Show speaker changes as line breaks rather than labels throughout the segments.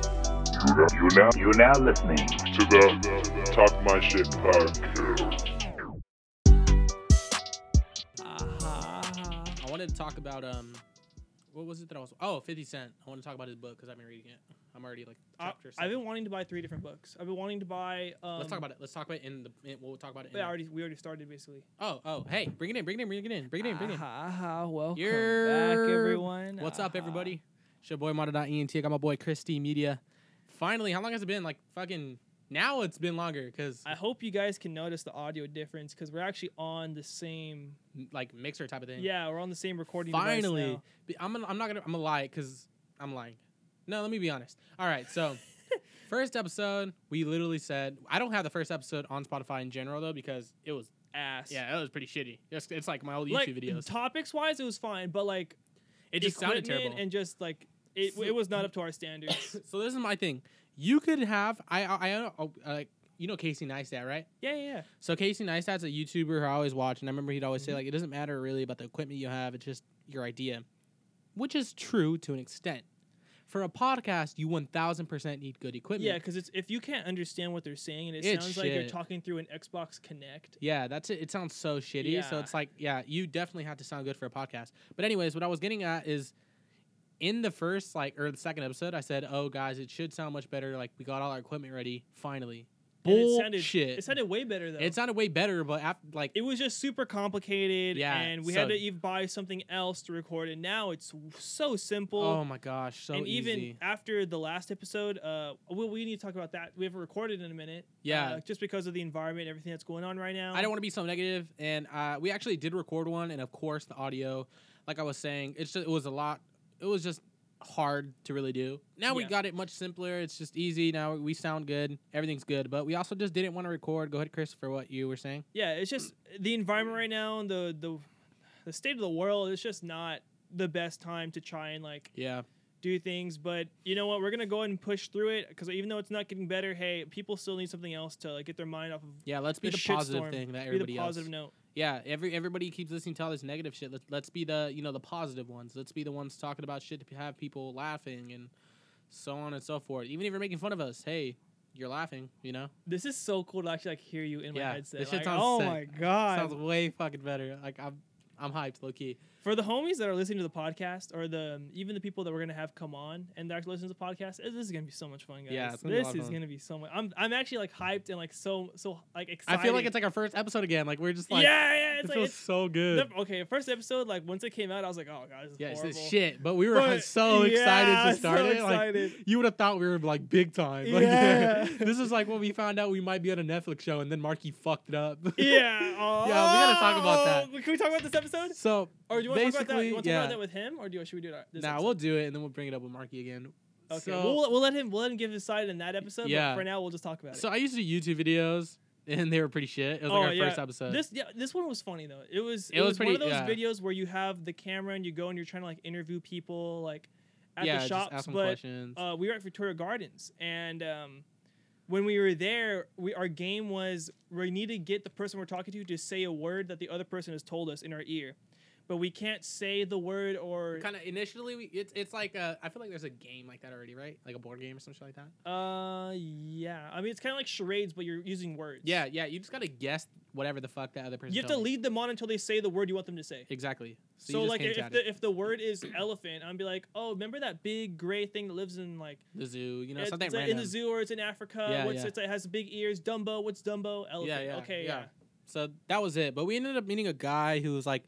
You now, you now,
You're now listening.
to the Talk My Shit podcast.
Uh,
Ah, I wanted to talk about um, what was it that I was? Oh, 50 Cent. I want to talk about his book because I've been reading it. I'm already like
I,
chapter.
I've
seven.
been wanting to buy three different books. I've been wanting to buy. Um,
Let's talk about it. Let's talk about it in the. In, we'll talk about it. In
Yeah,
the-
already we already started basically.
oh, oh, hey, bring it in, bring it in, bring it in, bring it in, bring
Ah,
it in.
Aha, uh-huh. welcome Uh-huh.
Yer. What's up, everybody? It's your boy Mata.ent. I got my boy Christy Media. Finally, how long has it been? Like fucking. Now it's been longer because
I hope you guys can notice the audio difference because we're actually on the same.
like mixer type of thing.
Yeah, we're on the same recording. device
Finally,
now.
But I'm gonna, I'm not gonna I'm gonna lie because I'm lying. No, let me be honest. All right, so first episode we literally said I don't have the first episode on Spotify in general though because it was
ass.
yeah it was pretty shitty. It's, it's like my old YouTube
like
videos.
topics wise, it was fine, but like
It just sounded
equipment
terrible.
and just like it,
So-
it was not up to our standards.
so this is my thing. You could have I I, I uh, like you know Casey Neistat right?
yeah, yeah, yeah.
So Casey Neistat's a YouTuber who I always watch, and I remember he'd
Mm-hmm.
always say like, "It doesn't matter really about the equipment you have; it's just your idea," which is true to an extent. For a podcast, you one thousand percent need good equipment.
Yeah, because it's if you can't understand what they're saying and it
It's
sounds like you're
shit.
talking through an Xbox Connect.
Yeah, that's it. It sounds so shitty. So
Yeah.
it's like, yeah, you definitely have to sound good for a podcast. But anyways, what I was getting at is in the first like or the second episode, I said, "Oh guys, it should sound much better. Like we got all our equipment ready finally."
and
Bullshit.
It sounded, it sounded way better though.
It sounded way better, but after, like
it was just super complicated
Yeah,
and we
so-
had to even buy something else to record and now it's w- so simple
oh my gosh, so
and even
easy.
after the last episode uh well we need to talk about that we haven't recorded in a minute
Yeah.
uh, just because of the environment and everything that's going on right now
I don't want to be so negative, and uh, we actually did record one, and of course the audio, like I was saying, it's just it was a lot. It was just hard to really do. Now we
Yeah.
got it much simpler. It's just easy. Now we sound good. Everything's good. But we also just didn't want to record. Go ahead, Chris, for what you were saying.
yeah it's just the environment right now and the the the state of the world is just not the best time to try and like
Yeah,
do things but you know what we're gonna go ahead and push through it because even though it's not getting better hey people still need something else to like get their mind off of
yeah. Let's be
the
the, positive
shitstorm.
thing that
be
everybody
the positive note
else. Yeah, every everybody keeps listening to all this negative shit. Let's let's be the you know the positive ones. Let's be the ones talking about shit to have people laughing and so on and so forth. Even if you're making fun of us, hey, you're laughing. You know.
This is so cool to actually like hear you in
Yeah,
my headset.
this shit
Like,
sounds
oh
sick.
my god!
Sounds way fucking better. Like I'm, I'm hyped, low key.
For the homies that are listening to the podcast, or the um, even the people that we're gonna have come on and they're actually listening to the podcast, eh, this is gonna be so much fun, guys.
Yeah, it's gonna be a
this
lot of
is
fun.
gonna be so much. I'm I'm actually like hyped and like so so like
I
excited.
feel like it's like our first episode again. Like we're just like,
yeah yeah
it
it's like
feels
it's,
so good.
the- okay first episode like once it came out I was like oh god this is
yeah, it's
horrible.
this shit. But we were
But-
so excited
yeah,
to start
so
it. Like
excited.
you would have thought we were like big time. Like,
Yeah.
this is like when we found out we might be on a Netflix show, and then Marky fucked it up.
Yeah. Oh,
gotta talk about that.
Can we talk about this episode?
so
Or do you want to
basically,
talk about that? You want to
yeah.
talk about that with him, or do you, should we do it? uh, this
nah,
episode?
we'll do it, and then we'll bring it up with Marky again.
Okay,
So-
we'll, we'll let him we'll let him give his side in that episode.
Yeah.
But for now, we'll just talk about
so
it.
I used to do YouTube videos, and they were pretty shit. It was like our first episode.
This yeah, this one was funny though. It was
uh, It
it,
was
was,
pretty-
one
yeah.
of those videos where you have the camera and you go and you're trying to like interview people like at
yeah,
the
just
shops.
ask them
But
questions.
uh, we were at Victoria Gardens and um, when we were there, we our game was we need to get the person we're talking to to say a word that the other person has told us in our ear, but we can't say the word or
kind of initially we, it's it's like uh, I feel like there's a game like that already, right? Like a board game or something like that.
uh yeah. I mean it's kind of like charades, but you're using words.
Yeah, yeah. You just gotta guess whatever the fuck that other person.
You have to
told you.
lead them on until they say the word you want them to say.
exactly. So,
So,
you just
like
hint
if
at it.
the, if the word is elephant, I'm be like, oh, remember that big gray thing that lives in like
the zoo, you know,
it's-
something
it's, like,
random.
in the zoo or it's in Africa?
Yeah,
what's
yeah.
it's, it has big ears? Dumbo? What's Dumbo? Elephant?
yeah,
okay,
yeah.
yeah.
So that was it. But we ended up meeting a guy who was like,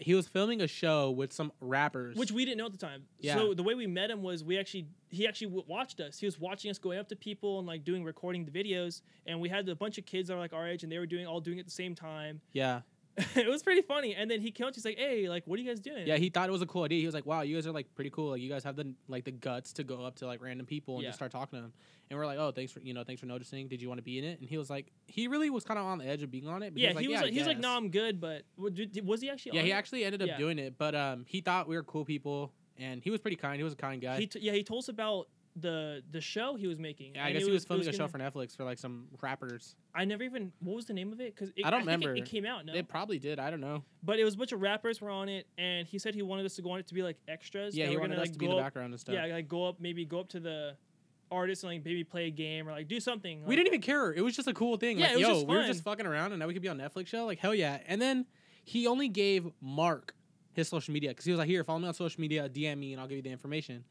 he was filming a show with some rappers.
Which we didn't know at the time.
Yeah.
So the way we met him was we actually he actually w- watched us. He was watching us going up to people and like doing recording the videos. And we had a bunch of kids that were like our age, and they were doing all doing it at the same time.
yeah,
it was pretty funny. And then he came up, he's like, hey, like, what are you guys doing?
yeah. He thought it was a cool idea. He was like, wow, you guys are like pretty cool. Like you guys have the like the guts to go up to like random people and
Yeah.
just start talking to them. And we're like, oh, thanks for you know, thanks for noticing. Did you want to be in it? And he was like, he really was kind of on the edge of being on it. But
Yeah,
he was like,
he was
yeah,
like, he was like,
I
no,
guess."
I'm good, but w- did- was he actually?
Yeah,
on
he
it?
actually ended up
Yeah.
doing it, but um, he thought we were cool people, and he was pretty kind. He was a kind guy.
He t- yeah, he told us about the the show he was making.
yeah, I
and
guess
it
he was filming a show
gonna-
for Netflix for like some rappers.
I never even what was the name of it because
I don't remember.
It, came out no,
They probably did. I don't know.
but it was a bunch of rappers were on it, and he said he wanted us to go on it to be like extras.
Yeah,
and
he
we're
wanted
gonna
us
like
to be in
go
the
up,
background and stuff.
Yeah, like go up maybe go up to the artists and like maybe play a game or like do something.
We
like-
didn't even care. It was just a cool thing.
Yeah,
like,
it was
yo,
just
we were
fun.
just fucking around, and now we could be on Netflix show. Like, hell yeah! And then he only gave Mark his social media because he was like, "Here, follow me on social media, DM me, and I'll give you the information."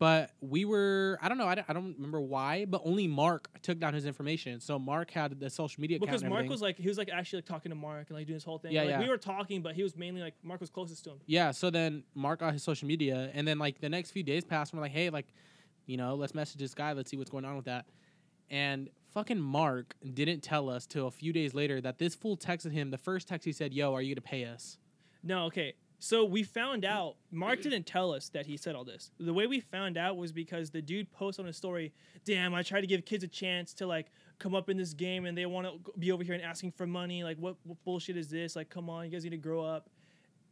But we were, I don't know, I don't, I don't remember why, but only Mark took down his information. So Mark had the social media account
because
and
Mark
everything.
was like he was like actually like talking to Mark and like doing his whole thing.
Yeah,
like,
yeah.
We were talking, but he was mainly like Mark was closest to him.
Yeah, so then Mark got his social media, and then like the next few days passed, and we're like, hey, like, you know, let's message this guy, let's see what's going on with that. And fucking Mark didn't tell us till a few days later that this fool texted him. The first text he said, yo, are you gonna pay us?
No, okay. So we found out Mark didn't tell us that he said all this. The way we found out was because the dude posted on his story, "Damn, I try to give kids a chance to like come up in this game and they want to be over here and asking for money. Like what, what bullshit is this? Like come on, you guys need to grow up."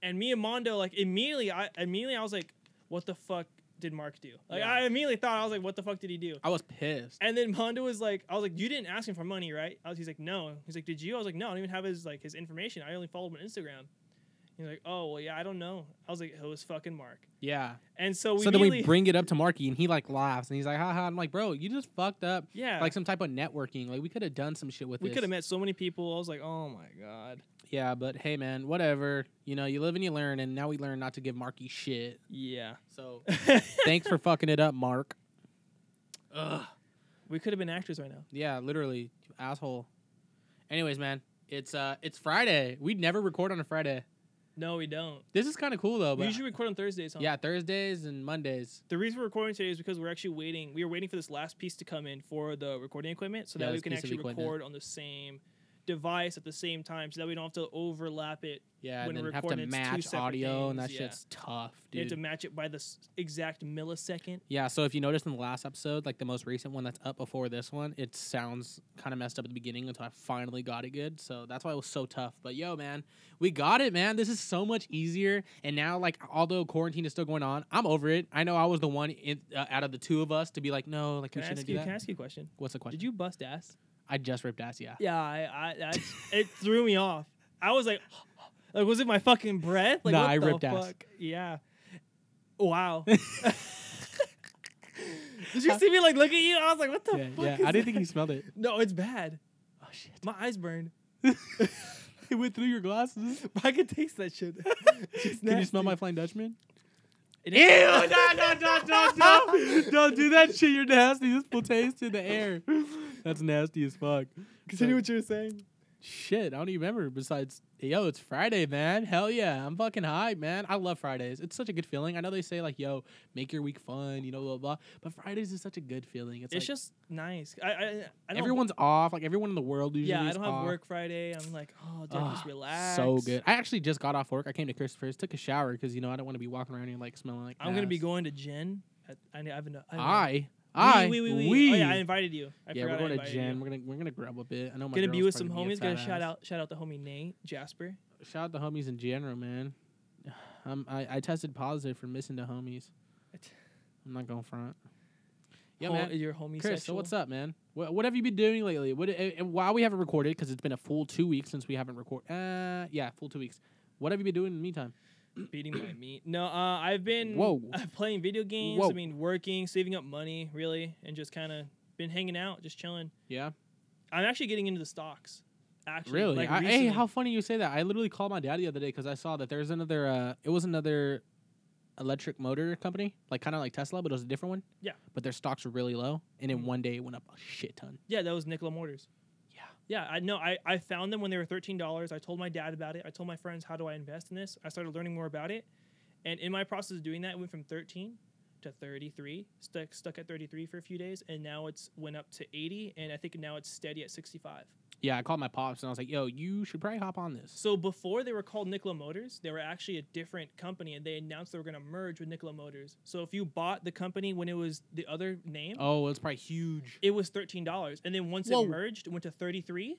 And me and Mondo like immediately I immediately I was like, "What the fuck did Mark do?" Like
Yeah.
I immediately thought I was like, "What the fuck did he do?"
I was pissed.
And then Mondo was like, I was like, you didn't ask him for money, right? I was, he's like, no. He's like, did you? I was like, no. I don't even have his like his information. I only followed him on Instagram. He's like, oh well, yeah, I don't know. I was like, it was fucking Mark.
Yeah.
And so we
so then we
immediately-
bring it up to Marky, and he like laughs, and he's like, haha. I'm like, bro, you just fucked up.
yeah,
Like some type of networking. Like we could have done some shit with
we
this.
could have met so many people. I was like, oh my god,
Yeah, but hey, man, whatever. You know, you live and you learn, and now we learn not to give Marky shit.
yeah.
So thanks for fucking it up, Mark. Ugh.
we could have been actors right now.
Yeah, literally, you asshole. Anyways, man, it's uh, it's Friday. We never record on a Friday.
No, we don't.
This is kind of cool though.
we
Oh, But
usually record on Thursdays. Huh?
yeah, Thursdays and Mondays.
The reason we're recording today is because we're actually waiting. We were waiting for this last piece to come in for the recording equipment, so
Yeah,
that we
this
can
piece of
actually
equipment.
record on the same device at the same time, so that we don't have to overlap it
Yeah,
When
and then
we're
have to
recording, it's two
match
separate
audio, and that
things, yeah.
shit's tough,
You have to
dude.
match it by the s- exact millisecond.
Yeah, so if you noticed in the last episode, like the most recent one that's up before this one, it sounds kind of messed up at the beginning until I finally got it good. So that's why it was so tough. But yo, man, we got it, man. This is so much easier. And now, like, although quarantine is still going on, I'm over it. I know I was the one in, uh, out of the two of us to be like, no, like,
Can
we
I,
shouldn't
ask
do
you,
that.
can I ask you a question?
What's the question?
Did you bust ass?
I just ripped ass, yeah.
Yeah, I, I that's, it threw me off. I was like, like was it my fucking breath? Like,
Nah,
what
I
the
ripped
fuck?
ass.
Yeah. Wow. Did you see me like look at you? I was like, what the
Yeah,
fuck?
yeah.
is
I didn't think
that?
you smelled it.
No, it's bad.
Oh shit!
My eyes burned.
It went through your glasses.
I could taste that shit.
Can you smell my Flying Dutchman?
Ew!
Ew! No! No! No! No! No! Don't do that shit. You're nasty. This will taste in the air. That's nasty as fuck.
Continue what you were saying.
Shit, I don't even remember. Besides, yo, it's Friday, man. Hell yeah, I'm fucking hyped, man. I love Fridays. It's such a good feeling. I know they say like, yo, make your week fun, you know, blah blah. blah. But Fridays is such a good feeling. It's,
It's
like
just nice. I, I, I don't,
everyone's off. Like everyone in the world usually.
Yeah, I
is
don't have
off.
work Friday. I'm like, oh, dude,
Ah,
just relax.
So good. I actually just got off work. I came to Christopher's, took a shower because you know I don't want to be walking around here like smelling like.
I'm gonna be
ass.
going to gin. at- I, I have no. I, have
I.
no-
I.
We. we, we, we. Oh, yeah, I invited you. I forgot
yeah, we're
I
going to
invited you.
gym. We're gonna we're gonna grub a bit. I know my
Gonna be
girl's
with some
probably
homies.
gonna
Gonna
be a fat
shout
ass.
out, shout out the homie Nate Jasper.
shout out the homies in general, man. Um, I I tested positive for missing the homies.
It-
I'm not going front. Yeah,
Ho-
man.
Your homie.
Chris, so what's up, man? What, what have you been doing lately? What and and while we haven't recorded because it's been a full two weeks since we haven't recorded. Uh, yeah, full two weeks. What have you been doing in the meantime?
Beating my meat. No, uh, I've been
Whoa.
playing video games.
Whoa.
I mean, working, saving up money, really, and just kind of been hanging out, just chilling.
Yeah,
I'm actually getting into the stocks. Actually,
really?
Like
I, hey,
recently.
how funny you say that. I literally called my dad the other day because I saw that there's another. Uh, it was another electric motor company, like kind of like Tesla, but it was a different one.
Yeah.
But their stocks were really low, and
Mhm.
in one day it went up a shit ton.
Yeah, that was Nikola Mortars.
Yeah.
Yeah, I know. I, I found them when they were thirteen dollars. I told my dad about it. I told my friends how do I invest in this. I started learning more about it, and in my process of doing that, it went from thirteen to thirty three. Stuck stuck at thirty three for a few days, and now it's went up to eighty, and I think now it's steady at sixty five.
Yeah, I called my pops and I was like, "Yo, you should probably hop on this."
So before they were called Nikola Motors, they were actually a different company, and they announced they were going to merge with Nikola Motors. So if you bought the company when it was the other name,
Oh, it's probably huge.
it was thirteen dollars, and then once
Whoa.
it merged, it went to thirty three,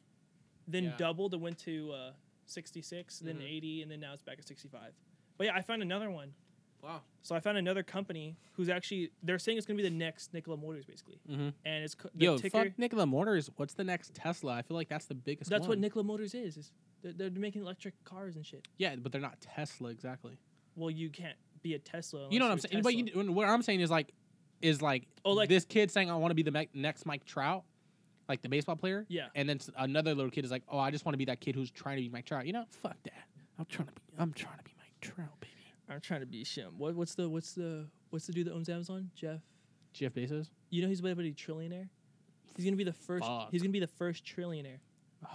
then
Yeah.
doubled, it went to uh, sixty six, then
Mhm.
eighty, and then now it's back at sixty five. But yeah, I found another one.
Wow.
So I found another company who's actually they're saying it's going to be the next Nikola Motors basically,
Mhm.
and it's co- the
Yo,
ticker.
fuck Nikola Motors. What's the next Tesla? I feel like that's the biggest.
That's what
one.
Nikola Motors is. is they're, they're making electric cars and shit.
Yeah, but they're not Tesla exactly.
Well, you can't be a Tesla.
you know what I'm
unless
saying?
you're
But
Tesla.
you, what I'm saying is like, is like,
Oh, like-
this kid saying I want to be the me- next Mike Trout, like the baseball player.
Yeah.
And then s- another little kid is like, oh, I just want to be that kid who's trying to be Mike Trout. You know, fuck that. I'm trying to be. I'm trying to be Mike Trout, baby.
I'm trying to be shim. What, what's the what's the what's the dude that owns Amazon? Jeff.
Jeff Bezos.
You know he's about to be a trillionaire. He's gonna be the first.
Fuck.
He's gonna be the first trillionaire.
All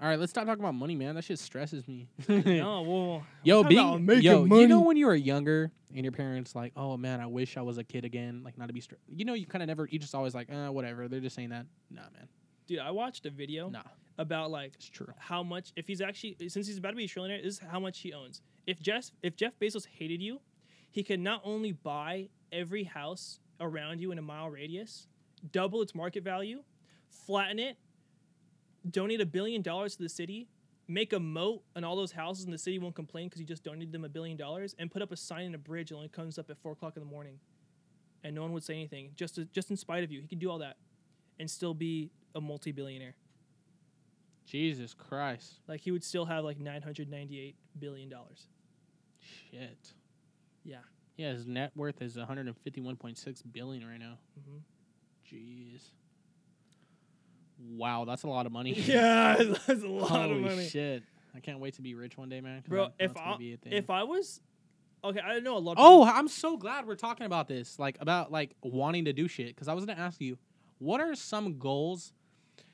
right, let's stop talking about money, man. That shit stresses me.
no, well,
Yo,
talking about
being,
making
yo, you know
money.
when you were younger and your parents like, oh man, I wish I was a kid again, like not to be stressed. You know, you kind of never, you just always like, uh, whatever. They're just saying that. Nah, man,
dude, I watched a video
nah,
about like
it's true.
how much if he's actually since he's about to be a trillionaire, this is how much he owns. If Jeff if Jeff Bezos hated you, he could not only buy every house around you in a mile radius, double its market value, flatten it, donate a billion dollars to the city, make a moat on all those houses, and the city won't complain because you just donated them a billion dollars, and put up a sign and a bridge that only comes up at four o'clock in the morning, and no one would say anything. Just to, just in spite of you, he could do all that, and still be a multi-billionaire.
Jesus Christ,
Like he would still have like nine hundred ninety-eight billion dollars.
shit.
Yeah.
Yeah, his net worth is 151.6 billion right now.
Mhm.
Jeez. Wow, that's a lot of money.
Yeah, that's a lot
Holy
of money,
shit. I can't wait to be rich one day, man. 'cause
bro.
that-
If
that's
I
gonna be a thing.
if I was okay, I know a lot. Of
Oh, I'm so glad we're talking about this, like about like wanting to do shit. Because I was gonna ask you, what are some goals?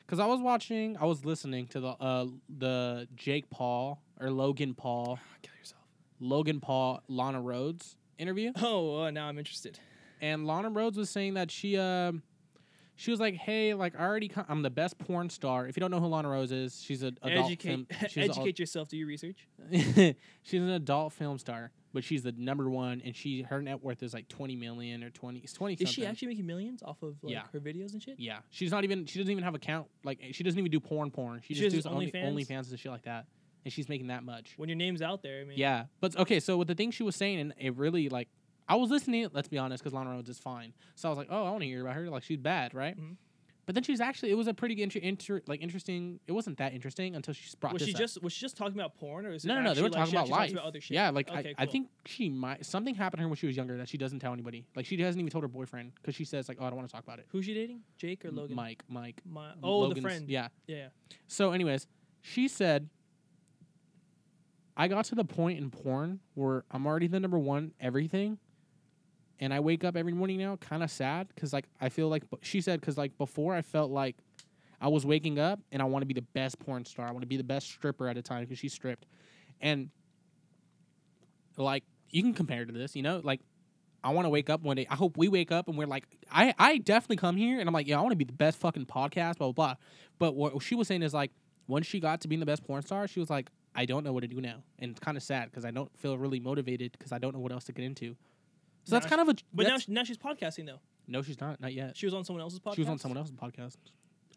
Because I was watching, I was listening to the uh the Jake Paul or Logan Paul,
people- Ah, kill yourself.
Logan Paul, Lana Rhodes interview,
Oh, uh, now I'm interested.
and Lana Rhodes was saying that she um. She was like, "Hey, like I already, con- I'm the best porn star. If you don't know who Lana Rose is, she's an adult.
educate
film- she's an
educate yourself. Do your research.
she's an adult film star, but she's the number one, and she her net worth is like twenty million or twenty. It's twenty.
Is she
something.
actually making millions off of like
Yeah.
her videos and shit?
Yeah, she's not even. She doesn't even have account. Like she doesn't even do porn. Porn. She,
She
just
does
does only
OnlyFans?
OnlyFans and shit like that, and she's making that much.
When your name's out there, I mean,
Yeah, but okay. So with the thing she was saying, and it really like I was listening. Let's be honest, because Lana Rhodes is fine. So I was like, oh, I want to hear about her. Like she's bad, right?
Mhm.
But then she was actually. It was a pretty inter- inter- like interesting. It wasn't that interesting until she brought
Was
this
she
up.
just was she just talking about porn or is it
No, no, no. They were
actually, like,
talking
she
about
actually talks
life.
other shit?
Yeah, like
Okay,
I, I
cool.
think she might something happened to her when she was younger that she doesn't tell anybody. Like she hasn't even told her boyfriend because she says like, "Oh, I don't want to talk about it."
who's she dating? Jake or
M-
Logan?
Mike, Mike.
My, oh,
Logan's-
the friend.
Yeah.
yeah. yeah.
So, anyways, she said, "I got to the point in porn where I'm already the number one everything, and I wake up every morning now kind of sad because like I feel like she said because like before I felt like." I was waking up and I want to be the best porn star. I want to be the best stripper at a time because she stripped. And like you can compare to this, you know, like I want to wake up one day. I hope we wake up and we're like, I, I definitely come here and I'm like, yeah, I want to be the best fucking podcast, blah, blah, blah. But what she was saying is like, once she got to being the best porn star, she was like, I don't know what to do now. And it's kind of sad because I don't feel really motivated because I don't know what else to get into. So
Now
that's
she-
kind of a.
But now
that's-
she, now she's podcasting though.
no, she's not. Not yet.
She was on someone else's podcast.
She was on someone else's podcast.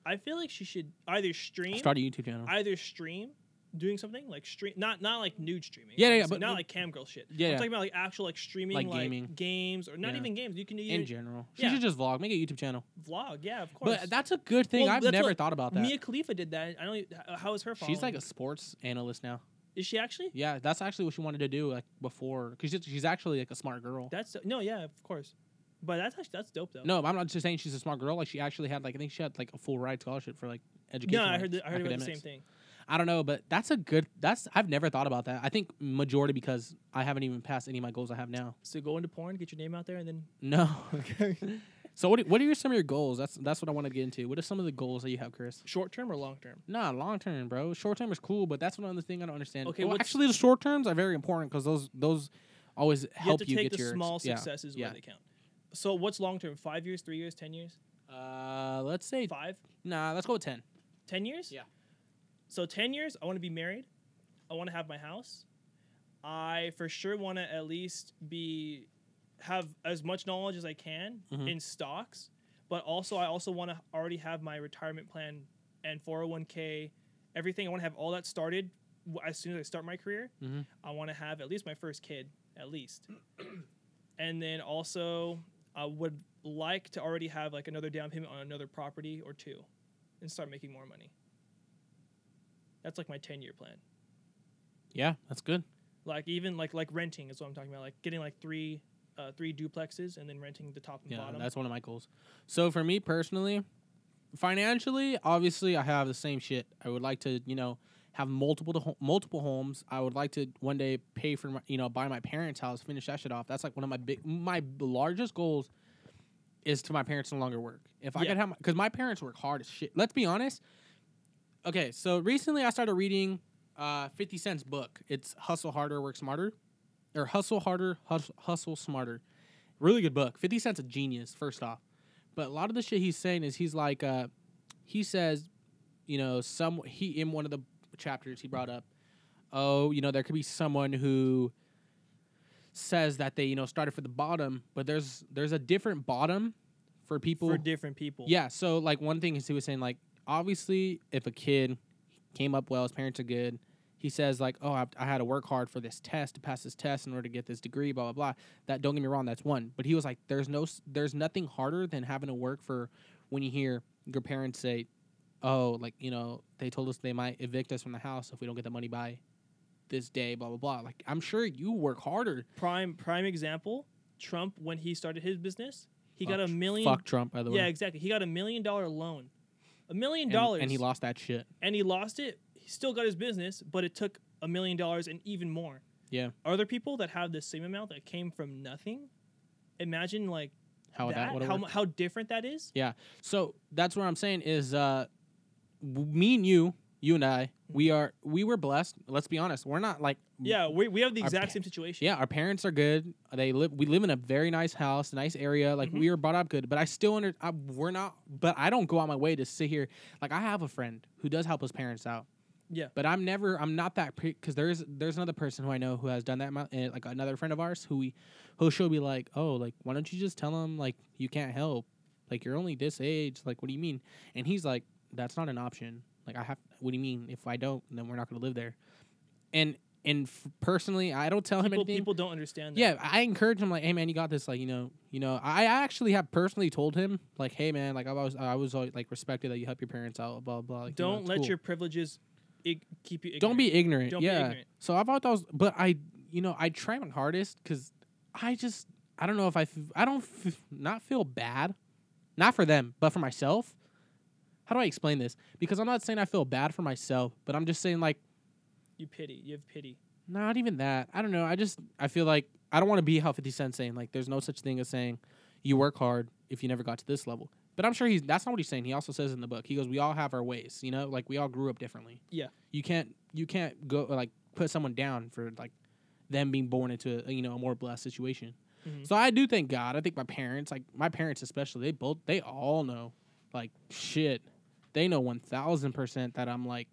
I feel like she should either stream
Start a YouTube channel.
either stream doing something like stream not not like nude streaming
Yeah, yeah, yeah,
obviously,
but-
not like cam girl shit
Yeah,
i'm
yeah.
talking about like actual like streaming like,
Like gaming.
games or not
Yeah.
even games you can do
in
either
general.
yeah.
She should just vlog, make a YouTube channel.
vlog yeah of course
But that's a good thing.
Well,
I've
that's
never
what
thought about that.
mia khalifa did that i don't e- h- how is her following?
she's like a sports analyst now.
is she actually
Yeah, that's actually what she wanted to do like before cuz she's, she's actually like a smart girl.
that's no yeah of course but that's actually, that's dope though
no, I'm not just saying she's a smart girl. Like she actually had like I think she had like a full ride scholarship for like education.
no i
like,
heard the, i heard about the same
academics.
thing
I don't know, but that's a good that's I've never thought about that. I think majority because I haven't even passed any of my goals I have now.
so go into porn get your name out there and then
No. so what do- what are your, some of your goals? That's that's what I want to get into. What are some of the goals that you have, Chris?
short term or long term
Nah, long term, bro. Short term is cool, but that's another thing I don't understand.
Okay,
Okay, well,
what's-
actually, the short terms are very important because those those always
you
help
have to
you
take
get
the
your
small
yeah.
successes
yeah.
where they count so what's long term five years three years ten years
Uh, let's say
five
nah. Let's go with ten.
10 years?
Yeah.
So 10 years, I want to be married. I want to have my house. I for sure want to at least be have as much knowledge as I can
Mhm.
in stocks, but also I also want to already have my retirement plan and 401k, everything. I want to have all that started w- as soon as I start my career.
Mhm.
I want to have at least my first kid, at least. and then also I would like to already have like another down payment on another property or two and start making more money. That's like my 10 year plan.
Yeah, that's good.
Like even like like renting is what I'm talking about. Like getting like three uh, uh, three duplexes and then renting the top and
Yeah,
bottom.
that's one of my goals. So for me personally, financially, obviously, I have the same shit. I would like to, you know, have multiple to ho- multiple homes. I would like to one day pay for, my, you know, buy my parents' house, finish that shit off. That's like one of my big, my b- largest goals is to my parents no longer work. If I
Yeah.
could have, because my, parents work hard as shit. Let's be honest. Okay, so recently I started reading uh, Fifty Cent's book. It's Hustle Harder, Work Smarter, or Hustle Harder, Hustle, Hustle Smarter really good book. Fifty Cent's a genius, first off, but a lot of the shit he's saying is he's like, uh, he says, you know, some he in one of the chapters he brought up, oh, you know, there could be someone who says that they you know started for the bottom, but there's there's a different bottom for people
for different people.
yeah. So like one thing is he was saying like obviously if a kid came up well, his parents are good. He says like, oh, I, I had to work hard for this test to pass this test in order to get this degree, blah blah blah. That don't get me wrong, that's one. But he was like, there's no, s- there's nothing harder than having to work for when you hear your parents say, oh, like you know, they told us they might evict us from the house if we don't get the money by this day, blah blah blah. Like I'm sure you work harder.
Prime prime example. Trump when he started his business, he got
Fuck
a million.
Oh, Fuck Trump, by the
yeah,
way.
exactly. He got a million dollar loan, a million
And-
dollars,
and he lost that shit.
and he lost it. He still got his business, but it took a million dollars and even more.
Yeah.
Other people that have the same amount that came from nothing, imagine like
How that,
that,
would've
how,
worked.
mu- how different that is.
So that's what I'm saying is uh w- me and you, you and I, we are we were blessed. Let's be honest. We're not like
Mm-hmm. Yeah, we, we have the
Our
exact
pa-
same situation.
yeah, our parents are good. They live we live in a very nice house, nice area. Like
Mm-hmm.
we were brought up good, but I still under I, we're not but I don't go out my way to sit here. Like I have a friend who does help his parents out.
Yeah.
But I'm never I'm not that pre cuz there's there's another person who I know who has done that in my- and like another friend of ours who we who she'll be like, "Oh, like why don't you just tell him like you can't help? Like you're only this age. Like what do you mean?" And he's like, "That's not an option. Like I have what do you mean? If I don't, then we're not going to live there." And and f- personally, I don't tell him
People,
anything.
people don't understand that.
Yeah, I encourage him like, hey man, you got this. Like, you know, you know, I I actually have personally told him like, hey man, like I was I was always like respected that you help your parents out, blah blah. blah. Like, you know,
Don't
it's
let
cool.
your privileges ig- keep you. Ignorant.
don't be ignorant.
Don't be
yeah.
ignorant.
So I thought that was, but I you know I try my hardest because I just I don't know if I f- I don't f- not feel bad, not for them, but for myself. How do I explain this? Because I'm not saying I feel bad for myself, but I'm just saying like
You pity. You have pity.
Not even that. I don't know. I just I feel like I don't want to be how Fifty Cent saying like there's no such thing as saying you work hard if you never got to this level. But I'm sure he's that's not what he's saying. He also says in the book he goes we all have our ways. You know, like we all grew up differently.
Yeah.
You can't you can't go like put someone down for like them being born into a, you know a more blessed situation.
Mhm.
So I do thank God. I think my parents, like my parents especially, they both they all know like shit. They know one thousand percent that I'm like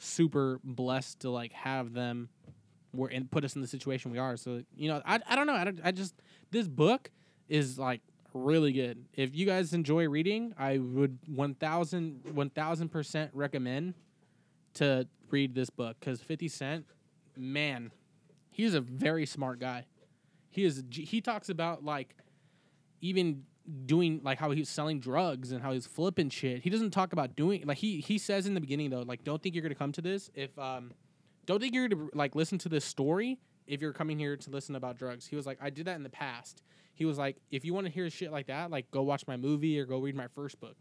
super blessed to like have them were and put us in the situation we are. So you know, I, I don't know. I, don't, I just this book is like really good. If you guys enjoy reading, I would 1000 1000 percent recommend to read this book because Fifty Cent, man, he's a very smart guy. He is. a g- He talks about like even doing like how he was selling drugs and how he's flipping shit. He doesn't talk about doing like he he says in the beginning though like don't think you're gonna come to this if um don't think you're gonna like listen to this story if you're coming here to listen about drugs. He was like I did that in the past. He was like if you want to hear shit like that like go watch my movie or go read my first book.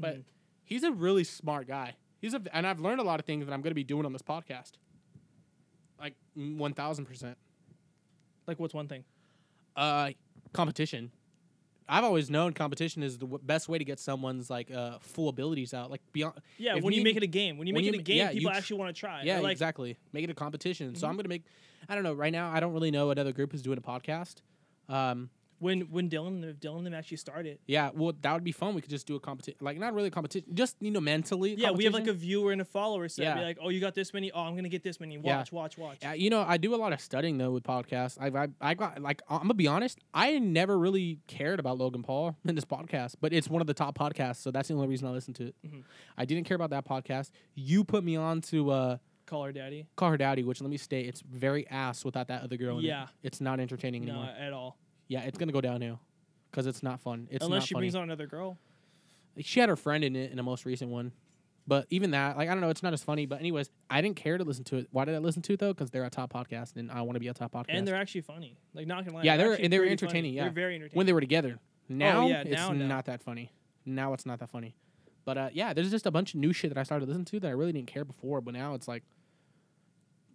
But
Mm-hmm.
he's a really smart guy. He's a and I've learned a lot of things that I'm gonna be doing on this podcast. Like one thousand percent
Like what's one thing?
uh, competition. I've always known competition is the w- best way to get someone's like uh, full abilities out. Like beyond,
Yeah,
If
when you
me-
make it a game, when you
when
make it
you
a
ma-
game,
yeah, you
people
tr-
actually want to try.
yeah,
They're like, Mm-hmm.
exactly. Make it a competition. So I'm gonna make. I don't know. Right now, I don't really know another group who's doing a podcast. Um,
When when Dylan if Dylan and them actually started.
yeah, well, that would be fun. We could just do a competition, like not really a competition, just you know, mentally.
Yeah, we have
competition.
like a viewer and a follower set.
Yeah.
Be like, oh, you got this many. Oh, I'm gonna get this many. Watch,
Yeah.
watch, watch.
Yeah, you know, I do a lot of studying though with podcasts. I've, I I got like uh, I'm gonna be honest, I never really cared about Logan Paul in this podcast, but it's one of the top podcasts, so that's the only reason I listen to it.
Mhm.
I didn't care about that podcast. You put me on to uh,
Call her daddy.
Call Her Daddy, which let me state, it's very ass without that other girl. In
Yeah.
it. it's not entertaining
No,
anymore.
at all.
yeah, it's gonna go downhill because it's not fun. It's
Unless
not
she
funny.
brings on another girl.
She had her friend in it in the most recent one. But even that, like, I don't know, it's not as funny. But anyways, I didn't care to listen to it. Why did I listen to it though? Because they're a top podcast, and I want to be a top podcast.
and they're actually funny. Like not gonna lie.
Yeah, they're-
actually
and they were
pretty funny.
entertaining, yeah.
they're very entertaining.
when they were together. Now
Oh, yeah,
it's
now, no.
not that funny. Now it's not that funny. But uh, yeah, there's just a bunch of new shit that I started listening to that I really didn't care before, but now it's like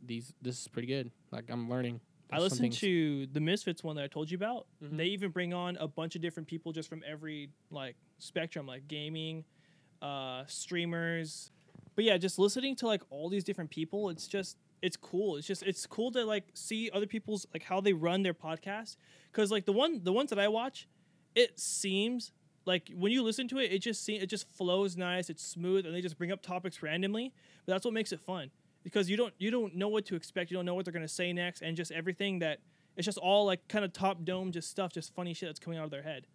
these. This is pretty good. Like I'm learning.
I
There's some
listened
things-
to the Misfits one that I told you about.
Mhm.
They even bring on a bunch of different people just from every like spectrum, like gaming, uh, streamers. But yeah, just listening to like all these different people, it's just it's cool. It's just it's cool to like see other people's like how they run their podcast. Cause like the one the ones that I watch, it seems like when you listen to it, it just seems it just flows nice. It's smooth, and they just bring up topics randomly. But that's what makes it fun because you don't you don't know what to expect. You don't know what they're gonna say next, and just everything that it's just all like kind of top dome, just stuff, just funny shit that's coming out of their head.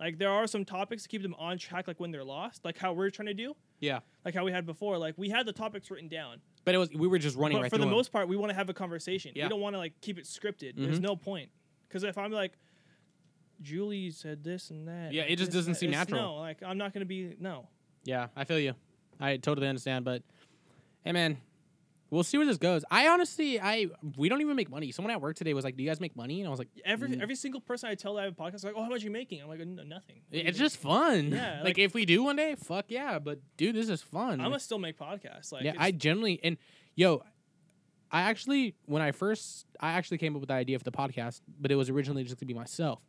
Like there are some topics to keep them on track, like when they're lost, like how we're trying to do,
yeah,
like how we had before. Like we had the topics written down,
but it was we were just running
but
right
for
through
the
'em.
most part, we want to have a conversation.
Yeah.
We don't want to like keep it scripted. There's
Mhm.
no point because if I'm like, Julie said this and that.
Yeah,
and
it just
this and
doesn't
that,"
seem
it's-
natural.
No, like I'm not gonna be no.
Yeah, I feel you. I totally understand, but hey, man, we'll see where this goes. I honestly, I we don't even make money. Someone at work today was like, "Do you guys make money?" And I was like,
Every
Mm.
every single person I tell that I have a podcast, like, oh, how much are you making? I'm like, "N- nothing. What do you
"It's
mean?"
just fun.
Yeah,
like,
like-
if we do one day, fuck yeah. But dude, this is fun.
I must still make podcasts. Like,
Mm. yeah,
it's-
I generally and yo, I actually when I first I actually came up with the idea for the podcast, but it was originally just to be myself.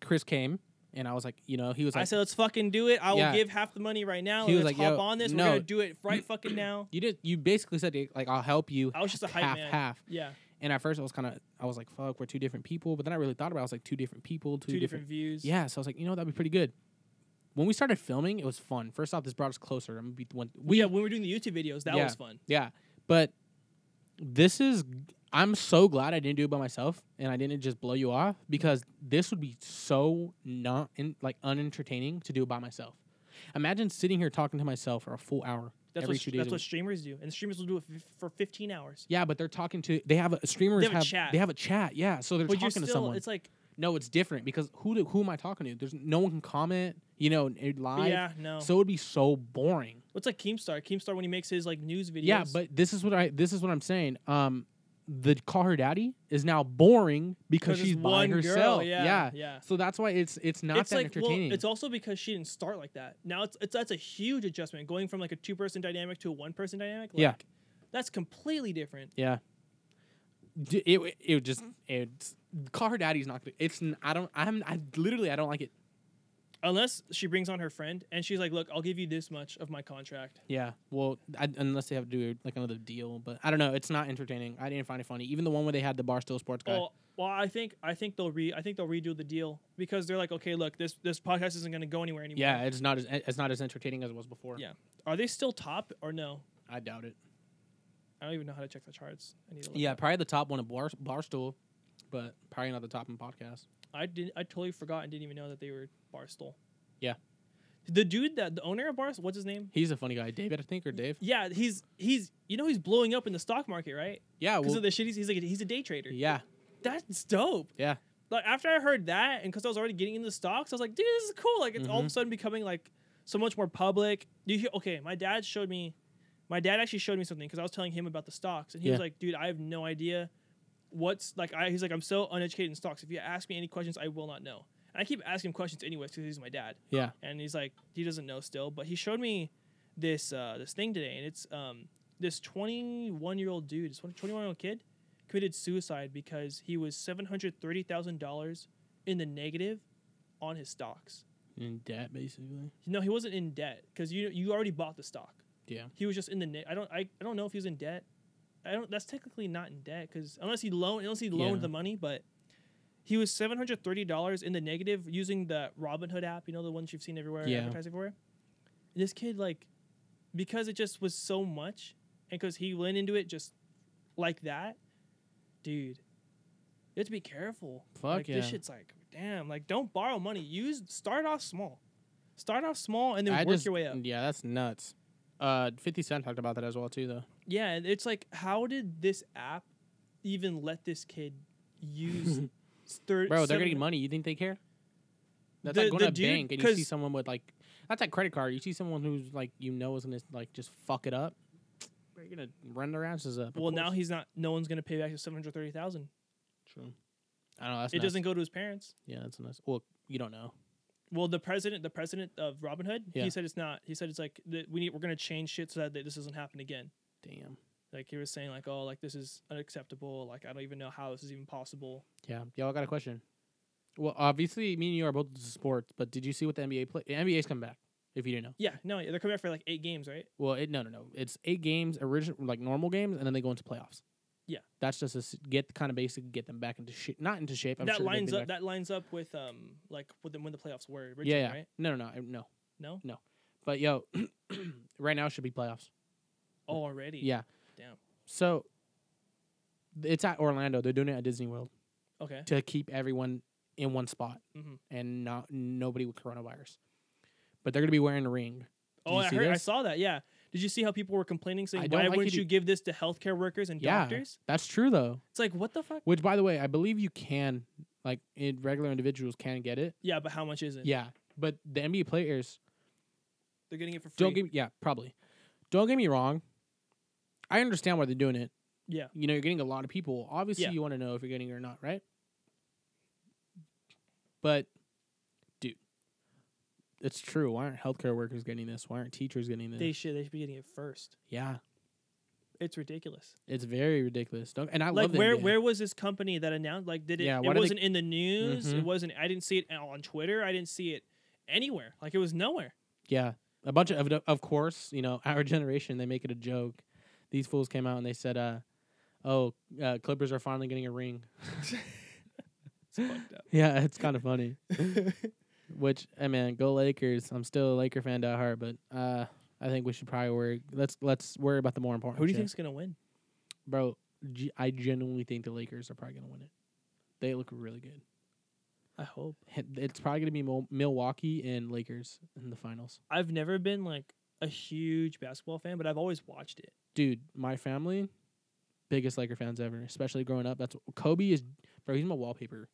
Chris came and I was like, you know, he was
I
like,
said, let's fucking do it. I will
Yeah.
give half the money right now.
He was
let's
like,
hop
yo,
on this.
no.
We're gonna do it right fucking now.
you did you basically said like I'll help you.
I was just a hype
half
man.
half.
Yeah,
And at first I was kind of I was like, fuck, we're two different people. But then I really thought about it. I was like, two different people, two,
two different
different,
views.
Yeah, so I was like, you know, that'd be pretty good. When we started filming, it was fun. First off, this brought us closer. I'm gonna be one.
we yeah. When we were doing the YouTube videos, that
Yeah.
was fun.
Yeah, but this is. I'm so glad I didn't do it by myself and I didn't just blow you off because this would be so not in, like unentertaining to do it by myself. Imagine sitting here talking to myself for a full hour
That's
every
what
two
sh-
days.
that's
a
what
week.
streamers do, and streamers will do it f- for 15 hours.
yeah, but they're talking to. They have a streamers
They have a
have,
chat.
they have a chat. Yeah, so they're
But you're
talking
still,
to someone.
it's like,
no, it's different because who do, who am I talking to? There's no one can comment. You know, and- and live.
yeah, no.
So it would be so boring.
it's like Keemstar. Keemstar when he makes his like news videos.
Yeah, but this is what I this is what I'm saying. Um, the call her daddy is now boring because
because
she's
one
by
girl,
herself.
yeah,
yeah.
yeah.
So that's why it's it's not
it's
that
like well,
entertaining.
it's also because she didn't start like that. Now it's, it's that's a huge adjustment going from like a two person dynamic to a one person dynamic. Like,
Yeah.
that's completely different.
yeah. D- It, it it would just it's call her daddy's not gonna it's n- I don't I'm I literally I don't like it.
unless she brings on her friend and she's like, "Look, I'll give you this much of my contract."
Yeah. Well, I, unless they have to do like another deal, but I don't know. It's not entertaining. I didn't find it funny. Even the one where they had the Barstool Sports guy.
Well, well, I think I think they'll re I think they'll redo the deal because they're like, "Okay, look, this this podcast isn't going to go anywhere anymore."
yeah, it's not as it's not as entertaining as it was before.
Yeah. Are they still top or no?
I doubt it.
I don't even know how to check the charts. I need to look
Yeah,
up.
probably the top one of Bar Barstool, but probably not the top in podcast.
I did. I totally forgot and didn't even know that they were Barstool.
Yeah.
The dude that the owner of Barstool, what's his name?
He's a funny guy, David, I think, or Dave.
Yeah, he's he's you know he's blowing up in the stock market, right?
Yeah,
Because
well,
of the shit he's, he's like he's a day trader.
yeah,
That's dope.
yeah,
like after I heard that, and because I was already getting into stocks, I was like, dude, this is cool. Like it's all of
Mm-hmm.
a sudden becoming like so much more public. You hear, okay, my dad showed me, my dad actually showed me something because I was telling him about the stocks, and he was
Yeah.
like, dude, I have no idea what's like. I, he's like, I'm so uneducated in stocks. If you ask me any questions, I will not know. And I keep asking him questions anyways because he's my dad,
yeah.
and he's like, he doesn't know still. But he showed me this uh, this thing today, and it's um this 21 year old dude, this 21 year old kid, committed suicide because he was seven hundred thirty thousand dollars in the negative on his stocks.
In debt, basically.
No, he wasn't in debt because you you already bought the stock.
Yeah.
He was just in the ne- I don't I, I don't know if he was in debt. I don't. That's technically not in debt because unless he loaned unless he loaned
Yeah.
the money, but he was seven hundred thirty dollars in the negative using the Robinhood app. You know the ones you've seen everywhere,
Yeah.
advertised everywhere. And this kid like because it just was so much and because he went into it just like that, dude. You have to be careful.
Fuck
like, This
yeah.
shit's like, damn. Like, don't borrow money. Use start off small. Start off small and then
I
work
just-
your way up.
Yeah, that's nuts. Uh, Fifty Cent talked about that as well too, though.
Yeah, and it's like, how did this app even let this kid use? third,
Bro, they're getting money. You think they care? That's
The-
like
the
going to
dude-
a bank and you see
'cause-
someone with like that's like credit card. You see someone who's like you know is gonna like just fuck it up. You're gonna run their asses up. of
Well, now
course.
he's not. No one's gonna pay back the seven hundred thirty thousand.
True. I don't know. That's
It
nice.
doesn't go to his parents.
Yeah, that's nice. Well, you don't know.
Well, the president, the president of Robin Hood,
Yeah.
he said it's not. He said it's like that we need. We're gonna change shit so that this doesn't happen again.
Damn.
Like he was saying, like oh, like this is unacceptable. Like I don't even know how this is even possible.
Yeah. Yo, I got a question. Well, obviously, me and you are both into sports, but did you see what the NBA play? NBA's come back. If you didn't know.
Yeah, no, they're coming back for like eight games, right?
Well, it, no, no, no. It's eight games, original like normal games, and then they go into playoffs.
Yeah.
that's just to s- get kind of basically get them back into shape. Not into shape. I'm
that
sure they've
lines
been
up.
back-
That lines up with um, like with them when the playoffs were originally,
yeah, yeah.
right?
No, no, no, I- no.
No,
But yo, right now it should be playoffs.
oh, already.
Yeah.
Damn.
So it's at Orlando. They're doing it at Disney World
Okay.
to keep everyone in one spot
Mhm.
and not nobody with coronavirus. But they're gonna be wearing a ring.
Oh,
you
I
see
heard. I
this?
saw that. Yeah. Did you see how people were complaining, saying,
I don't
"Why
like you
wouldn't
to-
you give this to healthcare workers and
Yeah.
doctors?"
That's true though.
It's like, what the fuck?
Which, by the way, I believe you can like in regular individuals can get it.
Yeah, but how much is it?
Yeah, but the NBA players
they're getting it for free.
Don't get me, yeah, probably. Don't get me wrong. I understand why they're doing it.
Yeah.
You know, you're getting a lot of people. Obviously,
Yeah.
you want to know if you're getting it or not, right? But, dude, it's true. Why aren't healthcare workers getting this? Why aren't teachers getting this?
They should. They should be getting it first.
yeah,
It's ridiculous.
it's very ridiculous. Don't, and I
like
love the
where
NBA.
where was this company that announced? Like, did it?
Yeah, why
it
did they-
wasn't in the news. It
Mhm.
wasn't. I didn't see it on Twitter. I didn't see it anywhere. Like it was nowhere.
Yeah, a bunch of of course, you know, our generation they make it a joke. These fools came out and they said, uh, "Oh, uh, Clippers are finally getting a ring."
It's fucked up.
Yeah, it's kind of funny. Which, I mean, go Lakers. I'm still a Laker fan at heart, but uh, I think we should probably worry. Let's let's worry about the more important.
Who do you
shit.
think's gonna win?
bro? G- I genuinely think the Lakers are probably gonna win it. They look really good.
I hope.
Hit- It's probably gonna be Mil- Milwaukee and Lakers in the finals,
I've never been like a huge basketball fan, but I've always watched it.
dude. My family, biggest Laker fans ever, especially growing up. That's Kobe is, bro. He's my wallpaper.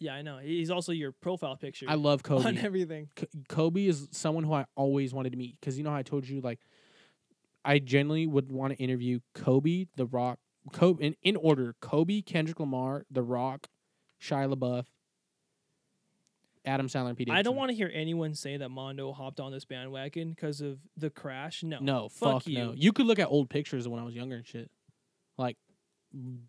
Yeah, I know. He's also your profile picture
I love Kobe.
on everything.
K- Kobe is someone who I always wanted to meet because you know how I told you like I genuinely would want to interview Kobe, The Rock, Kobe in, in order: Kobe, Kendrick Lamar, The Rock, Shia LaBeouf, Adam Sandler, and P.
I don't
Davidson.
want to hear anyone say that Mondo hopped on this bandwagon because of the crash. No,
No,
fuck
fuck, no.
you.
You could look at old pictures of when I was younger and shit. Like,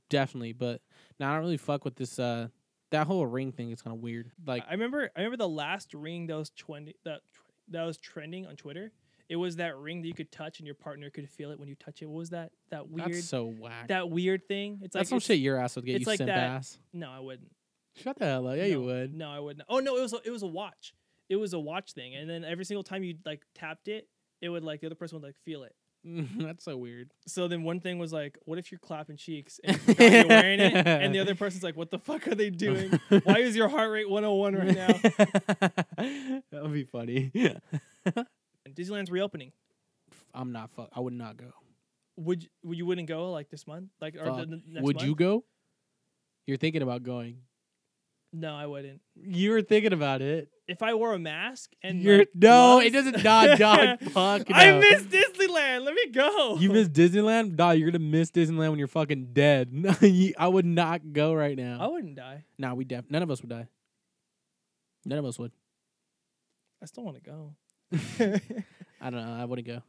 definitely, but now I don't really fuck with this. uh That whole ring thing is kind of weird. Like,
I remember. I remember the last ring that was twenty that that was trending on Twitter. It was that ring that you could touch and your partner could feel it when you touch it. What was that? That weird.
that's so whack.
that weird thing. It's like
that's some
it's-
shit your ass would get.
it's
You
like
simp
that-
ass.
No, I wouldn't.
Shut the hell up. Yeah, you
No,
would.
No, I wouldn't. Oh no, it was a, it was a watch. It was a watch thing, and then every single time you like tapped it, it would like the other person would like feel it.
That's so weird.
So then one thing was like, what if you're clapping cheeks and you forgot you're wearing it, and the other person's like, what the fuck are they doing? Why is your heart rate 101 right now?
that would be funny.
And Disneyland's reopening.
I'm not. Fuck. I would not go.
Would you, would- you wouldn't go like this month? Like or the,
Fuck.
the next
would
month?
you go? You're thinking about going.
No, I wouldn't.
You were thinking about it.
If I wore a mask and
You're
like,
no. It
gloves-
doesn't. Nah, dog. Fuck.
I
no.
miss Disneyland. Let me go.
You miss Disneyland, nah. You're gonna miss Disneyland when you're fucking dead. No, you- I would not go right
I
now.
wouldn't die.
Nah, we def. None of us would die. None of us would.
I still want to go.
I don't know. I wouldn't go.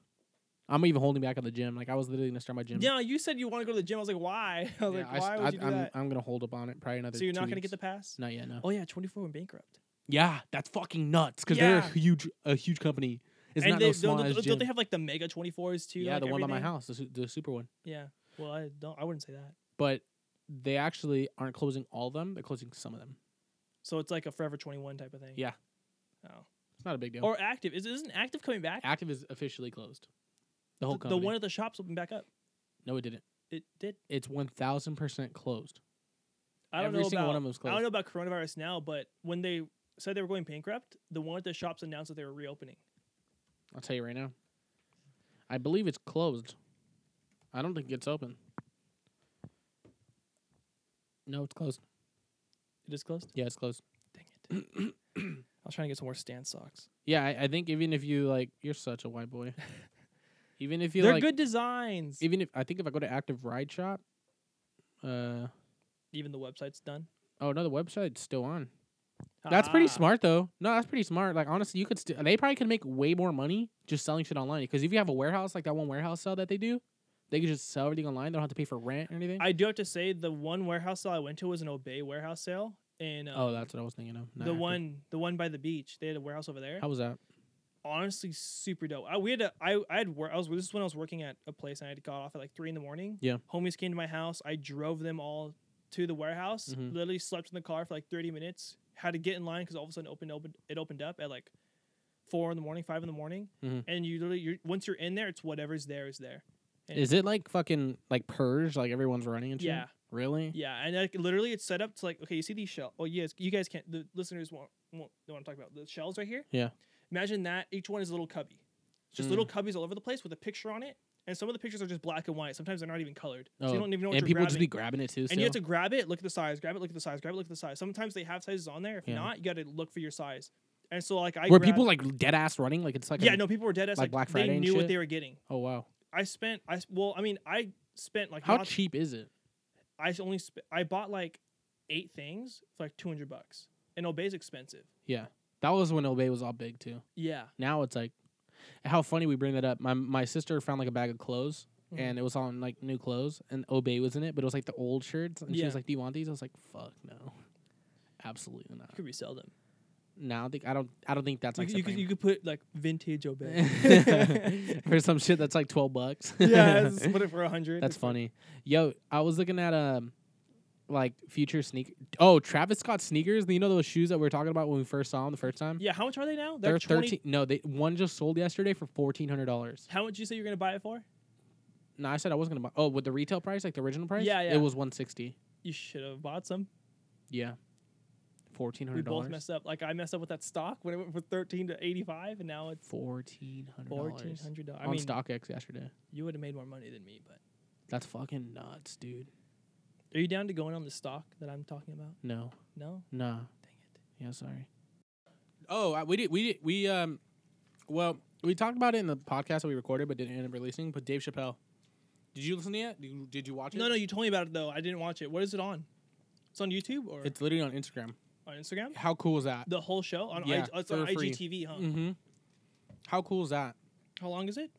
I'm even holding back on the gym. Like I was literally gonna start my gym.
Yeah, you said you want to go to the gym. I was like, why? I was
Yeah, I
like,
s-
why
I-
would you do
I'm,
that?
I'm gonna hold up on it probably another.
So you're
two
not gonna
weeks.
get the pass?
Not yet, no.
Oh yeah, 24 went bankrupt.
Yeah, that's fucking nuts because they're
Yeah.
a huge, a huge company. It's
and
not
they,
no
don't-
small
don't,
ass
don't
gym.
they have like the mega 24s too?
yeah,
like
the one by my
everything?
house, the, su- the super one.
Yeah. Well, I don't. I wouldn't say that.
But they actually aren't closing all of them. They're closing some of them.
So it's like a Forever 21 type of thing.
Yeah.
Oh.
It's not a big deal.
Or Active is isn't Active coming back?
Active is officially closed. The whole
the, the
company.
one at the shops opened back up.
no, it didn't.
It did.
It's one thousand percent closed.
I don't
Every
know
single
about.
one of them is
I don't
closed.
know about coronavirus now, but when they said they were going bankrupt, the one at the shops announced that they were reopening.
I'll tell you right now. I believe it's closed. I don't think it's open. No, it's closed.
It is closed.
Yeah, it's closed.
Dang it. I was trying to get some more Stan socks.
Yeah, I, I think even if you like, you're such a white boy. even if you
They're
like,
good designs. Even,
even if I think if I go to Active Ride Shop, uh,
the website's done.
oh no, the website's still on. That's pretty
Ah.
smart though. No, that's pretty smart. Like honestly, you could still they probably could make way more money just selling shit online. Because if you have a warehouse like that one warehouse sale that they do, they could just sell everything online. They don't have to pay for rent or anything.
I do have to say the one warehouse sale I went to was an Obey warehouse sale, and um,
oh, that's what I was thinking of.
the
Not Active.
one the one by the beach. They had a warehouse over there.
How was that?
honestly super dope. I we had a, I I had work. I was this is when I was working at a place and I had got off at like three in the morning.
Yeah.
homies came to my house. I drove them all to the warehouse.
Mhm.
Literally slept in the car for like thirty minutes. Had to get in line because all of a sudden opened opened it opened up at like four in the morning, five in the morning,
Mhm.
and you literally you're, once you're in there, it's whatever's there is there. And-
Is it like fucking like purge? Like everyone's running and shit.
Yeah.
Really?
Yeah, and like literally, it's set up to like okay, you see these shells. Oh, yes, you guys can't. The listeners won't won't know what I'm talking about. The shells right here.
Yeah. Mm.
Imagine that each one is a little cubby, It's just little cubbies all over the place with a picture on it. And some of the pictures are just black and white. Sometimes they're not even colored, so
Oh,
you don't even know what
and
you're
people
grabbing.
just be grabbing it too.
and you have to grab it, look at the size, grab it, look at the size, grab it, look at the size. Sometimes they have sizes on there. If
Yeah.
not, you got to look for your size. And so like I
were
grabbed-
people like dead ass running? Like it's like
yeah
a-
no people were dead ass
like
like,
Black Friday
they
and
knew what
shit?
they were getting.
Oh wow.
I spent I s- well I mean I spent like
How
not-
cheap is it?
I only sp- I bought like eight things for like two hundred bucks, and Obey's expensive.
Yeah. That was when Obey was all big too.
Yeah,
Now it's like how funny we bring that up. My my sister found like a bag of clothes
Mhm.
and it was on like new clothes and Obey was in it, but it was like the old shirts and she was
Yeah.
like, "Do you want these?" I was like, "Fuck no." Absolutely not.
you could resell them. Now
Now I think I don't I don't think that's
you,
like
could- you could you could put like vintage Obey.
supreme. for some shit that's like 12 bucks.
yeah, it's- split it for a hundred.
That's
It's-
funny. Yo, I was looking at um like future sneak Oh, Travis Scott sneakers. You know those shoes that we were talking about when we first saw him the first time?
Yeah, how much are they now?
They're
20
thirteen no, they one just sold yesterday for fourteen hundred dollars.
How much you say you're gonna buy it for?
No, I said I was gonna buy oh with the retail price, like the original price?
Yeah, yeah.
It was one sixty.
You should have bought some.
Yeah. Fourteen
We
hundred
both
dollars.
messed up. Like I messed up with that stock when it went from thirteen to eighty five, and now it's
Fourteen hundred
fourteen
dollars.
hundred dollars. I
On
mean,
StockX yesterday.
you would have made more money than me. But
That's fucking nuts, dude.
are you down to going on the stock that I'm talking about?
No.
No,
Nah.
dang it.
Yeah, sorry. Oh, I, we did. We did. We um, well, we talked about it in the podcast that we recorded, but didn't end up releasing. But Dave Chappelle, did you listen to it? Did you, did you watch it?
No, no, you told me about it though. I didn't watch it. What is it on? It's on YouTube or
It's literally on Instagram.
on Instagram.
How cool is that?
The whole show on
Yeah,
I, it's on
for free.
IGTV, huh?
Mm-hmm. How cool is that?
How long is it?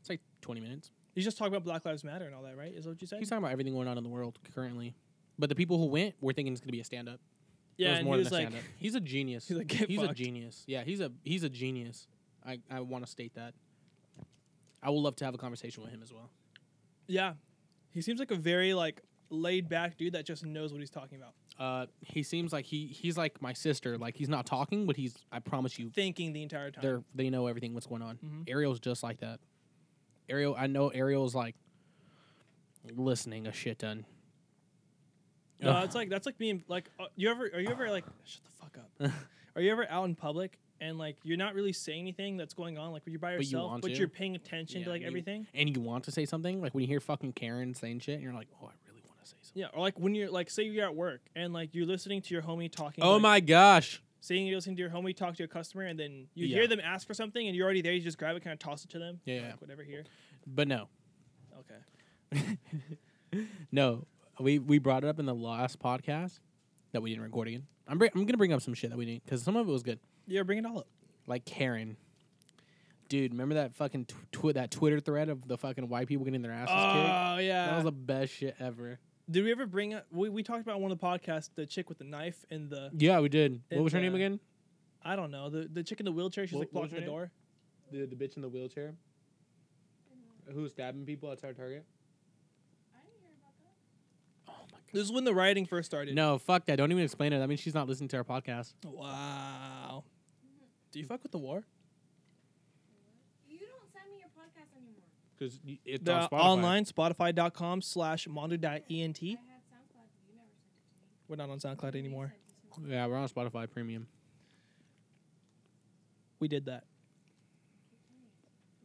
It's like twenty minutes.
You just talk about Black Lives Matter and all that, right? Is that what you said?
He's talking about everything going on in the world currently, but the people who went were thinking it's gonna be a stand up.
yeah,
it was
and
more
he
than
was
a
like,
stand up. He's a genius.
he's like, "Get
he's a
fucked."
genius. Yeah, he's a he's a genius. I I want to state that. I would love to have a conversation with him as well.
yeah, he seems like a very like laid back dude that just knows what he's talking about,
Uh, he seems like he he's like my sister. Like he's not talking, but he's I promise you,
thinking the entire time.
they're they know everything what's going on.
Mhm.
Ariel's just like that. Ariel, I know Ariel's like listening a shit ton.
no,
Ugh.
it's like that's like being like uh, you ever are you ever like shut the fuck up? are you ever out in public and like you're not really saying anything that's going on? Like you're by
But you
yourself,
want
but,
to.
you are paying attention
Yeah,
to like
you-
everything.
and you want to say something like when you hear fucking Karen saying shit, and you're like, oh, I really want to say something.
Yeah, or like when you're like say you're at work and like you're listening to your homie talking.
Oh
like,
my gosh!
seeing you listening to your homie talk to a customer and then you
Yeah.
hear them ask for something and you're already there, you just grab it, kind of toss it to them.
Yeah, yeah.
Like, whatever here.
But no,
Okay.
no, we we brought it up in the last podcast that we didn't record again. I'm br- I'm gonna bring up some shit that we didn't because some of it was good.
Yeah, bring it all up.
like Karen. Dude, remember that fucking tw- tw- that Twitter thread of the fucking white people getting their asses kicked?
Oh
That
yeah.
was the best shit ever.
Did we ever bring up we, we talked about on one of the podcasts the chick with the knife and the
Yeah, we did.
And,
What was her name
uh,
again?
I don't know, the the chick in the wheelchair, she's
What-
like
what was
blocking the
her
door.
The the bitch in the wheelchair. Who's stabbing people at our target?
This is when the rioting first started.
Oh No, fuck that. Don't even explain it. That means she's not listening to our podcast.
Wow. Do you fuck with the war?
You don't send me your podcast anymore.
Because it's
The
on Spotify.
online Spotify.com slash Mondo.ent.
I had SoundCloud, but you never sent it to me.
We're not on SoundCloud anymore.
You sent it to me.
Yeah, we're on Spotify Premium.
We did that.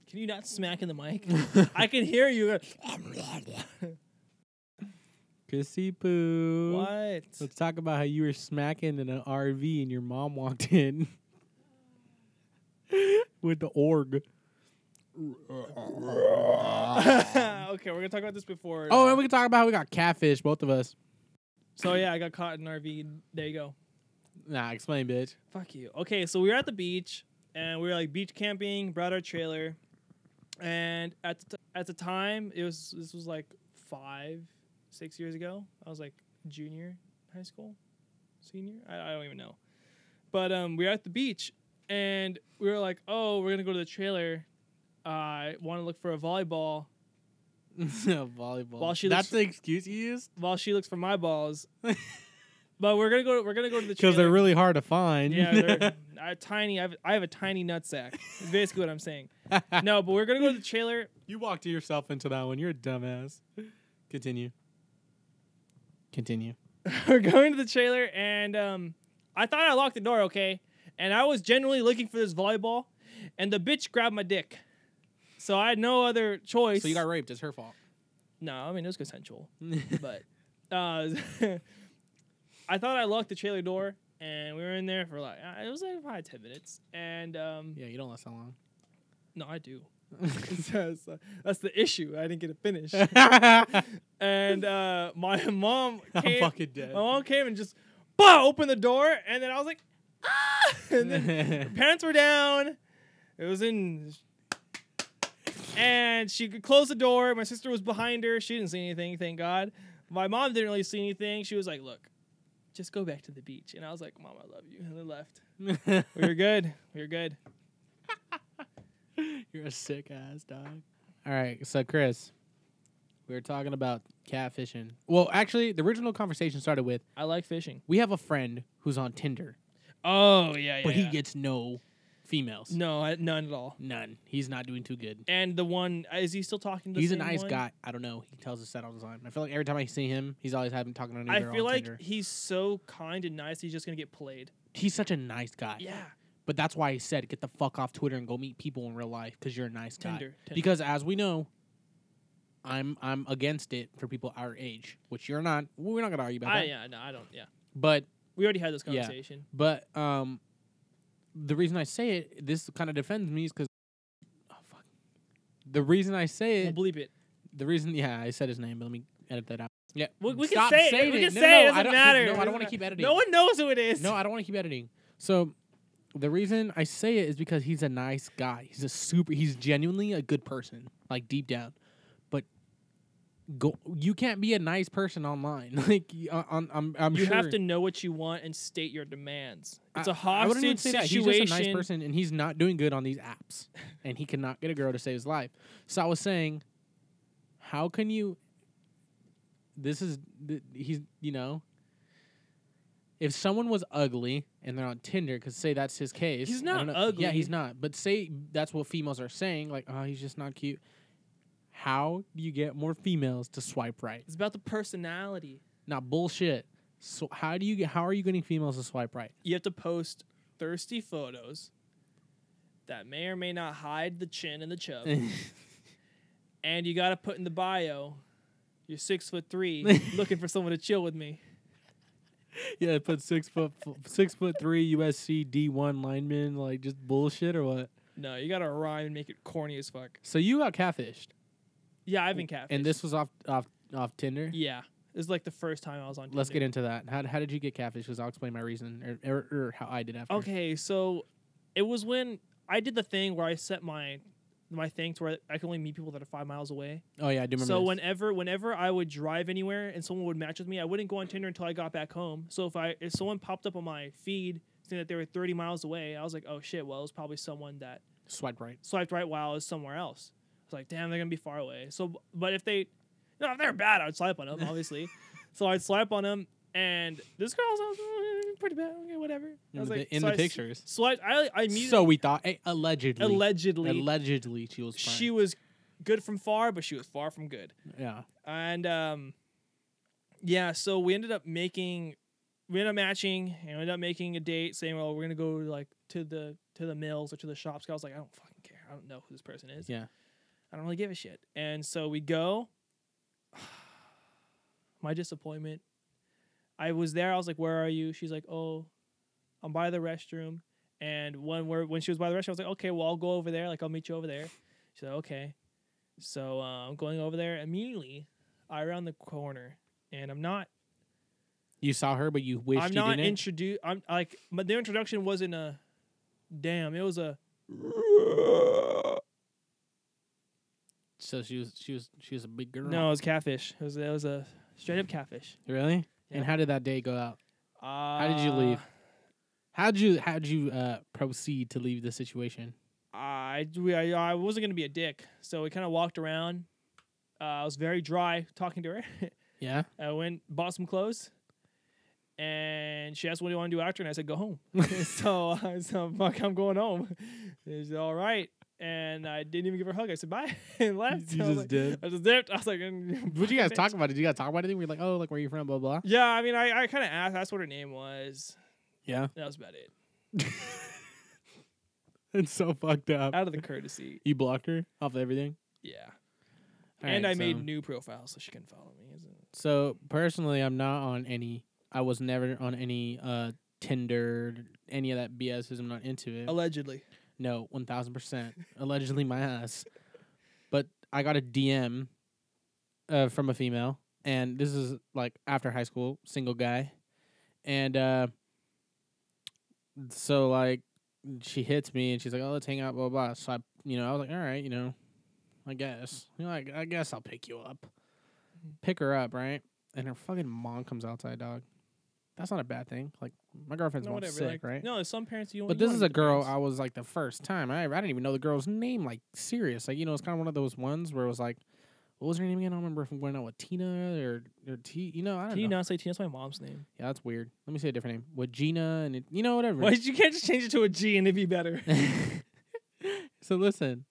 Can you not smack in the mic? I can hear you.
Kissy Poo.
what?
Let's talk about how you were smacking in an RV and your mom walked in. with the org.
okay, we're gonna talk about this before.
Oh,
uh,
and we can talk about how we got catfish, both of us.
so yeah, I got caught in an RV. There you go.
Nah, explain, bitch.
Fuck you. Okay, so we were at the beach and we were like beach camping, brought our trailer. And at the, t- at the time, it was this was like 5 6 years ago. I was like junior high school, senior. I, I don't even know. But um we were at the beach and we were like, "Oh, we're going to go to the trailer. I want to look for a volleyball
Volleyball.
While she
That's
looks-
the excuse you used?
while she looks for my balls." but we're going to go we're going to go to the trailer.
Because they're really hard to find.
Yeah, they're, I tiny. I have, I have a tiny nutsack. Is basically what I'm saying. No, but we're gonna go to the trailer.
you walked yourself into that one. You're a dumbass. Continue. Continue.
we're going to the trailer, and um, I thought I locked the door, okay. And I was genuinely looking for this volleyball, and the bitch grabbed my dick. So I had no other choice.
So you got raped. It's her fault.
no. I mean, it was consensual, but uh, I thought I locked the trailer door, and we were in there for like uh, it was like probably ten minutes, and um,
yeah, you don't last that long.
no, I do. So- so that's the issue. I didn't get it finished. and uh, my mom
I'm
came.
fucking dead.
my mom came and just bah, opened the door, and then I was like, ah! And then parents were down. It was in, and she could close the door. My sister was behind her. She didn't see anything, thank God. My mom didn't really see anything. She was like, "Look, just go back to the beach." And I was like, "Mom, I love you," and I left. We were good. We were good.
You're a sick ass dog. All right, so Chris, we were talking about catfishing. Well, actually, the original conversation started with
I like fishing.
we have a friend who's on Tinder,
Oh yeah, yeah.
but he
yeah.
gets no females.
no, I- none at all.
None. He's not doing too good.
And the one is he still talking to? the
he's a
same
nice
one?
guy. I don't know. He tells us that all the time. I feel like every time I see him, he's always having talking to another
I
girl
feel
on
like
Tinder.
he's so kind and nice. He's just gonna get played.
he's such a nice guy. But that's why I said get the fuck off Twitter and go meet people in real life because you're a nice guy.
Tinder. Tinder.
Because as we know, I'm I'm against it for people our age, which you're not. We're not gonna argue about
I
that.
yeah no I don't yeah.
But
We already had this
Yeah.
conversation.
but um, the reason I say it, this kind of defends me, is because oh fuck. The reason I say
We'll
it,
bleep it.
the reason yeah, I said his name, but let me edit that out. Yeah,
We, we can
Stop
say it.
saying
We can
it. No,
say
no,
it.
I
Doesn't
don't-
matter.
no, I
It
don't
doesn't
wanna keep
matter.
editing.
No one knows who it is.
No, I don't want to keep editing. So the reason I say it is because he's a nice guy. He's a super he's genuinely a good person, like deep down. But go you can't be a nice person online. Like y- on, on I'm I'm
you
sure
have to know what you want and state your demands. It's
I-
a
I wouldn't even
hostage
say
situation.
that. He's just a nice person and he's not doing good on these apps. and he cannot get a girl to save his life. So I was saying, how can you this is th- he's you know if someone was ugly and they're on Tinder, because say that's his case,
He's
I don't
not
know- Yeah, he's
ugly.
not. But say that's what females are saying, like, oh, he's just not cute. How do you get more females to swipe right?
It's about the personality.
Not bullshit. So how do you get? How are you getting females to swipe right?
You have to post thirsty photos that may or may not hide the chin and the chub, and you got to put in the bio. You're six foot three, looking for someone to chill with me.
Yeah, put six foot six foot three USC D one lineman, like just bullshit or what?
No, you gotta rhyme and make it corny as fuck.
So you got catfished,
Yeah, I've been catfished.
and this was off off off Tinder.
yeah, this is like the first time I was on.
Let's
Tinder.
get into that. How, how did you get catfished? Because I'll explain my reason or, or, or how I did after.
Okay, so it was when I did the thing where I set my my thing to where I can only meet people that are five miles away.
Oh yeah, I do remember.
So
this.
whenever whenever I would drive anywhere and someone would match with me, I wouldn't go on Tinder until I got back home. So if I if someone popped up on my feed saying that they were thirty miles away, I was like, oh shit, well it was probably someone that
swipe right.
swiped right while I was somewhere else. I was like, damn, they're gonna be far away. So, but if they, no, if they're bad, I'd swipe on them, obviously. so I'd swipe on them, and this girl's I was, "Mm, pretty bad. Okay, whatever. I
In
was
the-
like,
in
so
the
I s-
pictures.
Swiped. I I immediately
So we thought eh, allegedly,
allegedly
allegedly she was.
she
She
was good from far, but she was far from good.
yeah.
And um, yeah, so we ended up making, we ended up matching, and we ended up making a date, saying, "Well, we're gonna go like to the to the mills or to the shops." 'Cause I was like, I don't fucking care. I don't know who this person is.
Yeah.
I don't really give a shit. And so we go. My disappointment. I was there. I was like, "Where are you?" She's like, "Oh, I'm by the restroom." And when we're when she was by the restaurant, I was like, okay, well I'll go over there. Like I'll meet you over there. She's like, okay. So uh, I'm going over there immediately. I round the corner, and I'm not.
You saw her, but you wished
I'm
you
not
didn't.
introduced. I'm like, but their introduction wasn't a. Damn, it was a.
so she was she was she was a big girl.
No, it was catfish. It was it was a straight up catfish.
really.
Yeah.
And how did that day go out?
Uh,
How did you leave? How'd you how'd you uh, proceed to leave the situation?
I we, I, I wasn't gonna be a dick, so we kind of walked around. Uh, I was very dry talking to her.
Yeah.
I went bought some clothes, and she asked what do you want to do after, and I said go home. so I said fuck, I'm going home. And she said all right, and I didn't even give her a hug. I said bye and left.
You
I was
just
like-
did?
I just dipped. I was like, "Mm,
What you guys
bitch."
talk about? Did you guys talk about anything? We're like, oh, like where you from? Blah blah.
Yeah, I mean, I, I kind of asked. That's what her name was.
Yeah.
That was about it.
It's so fucked up.
Out of the courtesy,
You blocked her off of everything.
yeah.
All
and
right,
I made
so-
new profiles so she couldn't follow me. Isn't it?
So personally, I'm not on any. I was never on any uh Tinder, any of that BS. 'cause I'm not into it.
Allegedly.
No, one thousand percent. Allegedly, my ass. But I got a DM uh, from a female, and this is like after high school, single guy, and uh, so like she hits me, and she's like, "Oh, let's hang out," blah blah. blah. So I, you know, I was like, "All right, you know, I guess, you know, I, I guess I'll pick you up,
Mm-hmm.
pick her up, right?" And her fucking mom comes outside, dog. That's not a bad thing. Like my girlfriend's
No,
mom's
whatever.
sick,
like,
right?
No, some parents you.
But
you
this
wanna
is
meet
a
the
girl.
parents.
I was like the first time I ever. I didn't even know the girl's name. Like serious. Like you know, it's kind of one of those ones where it was like, what was her name again? I don't remember if I'm going out with Tina or or T. You know, I don't
Can you
know.
not say Tina's my mom's name?
Yeah, that's weird. Let me say a different name. With Gina and it, you know whatever.
Why you can't just change it to a G and it'd be better?
so listen,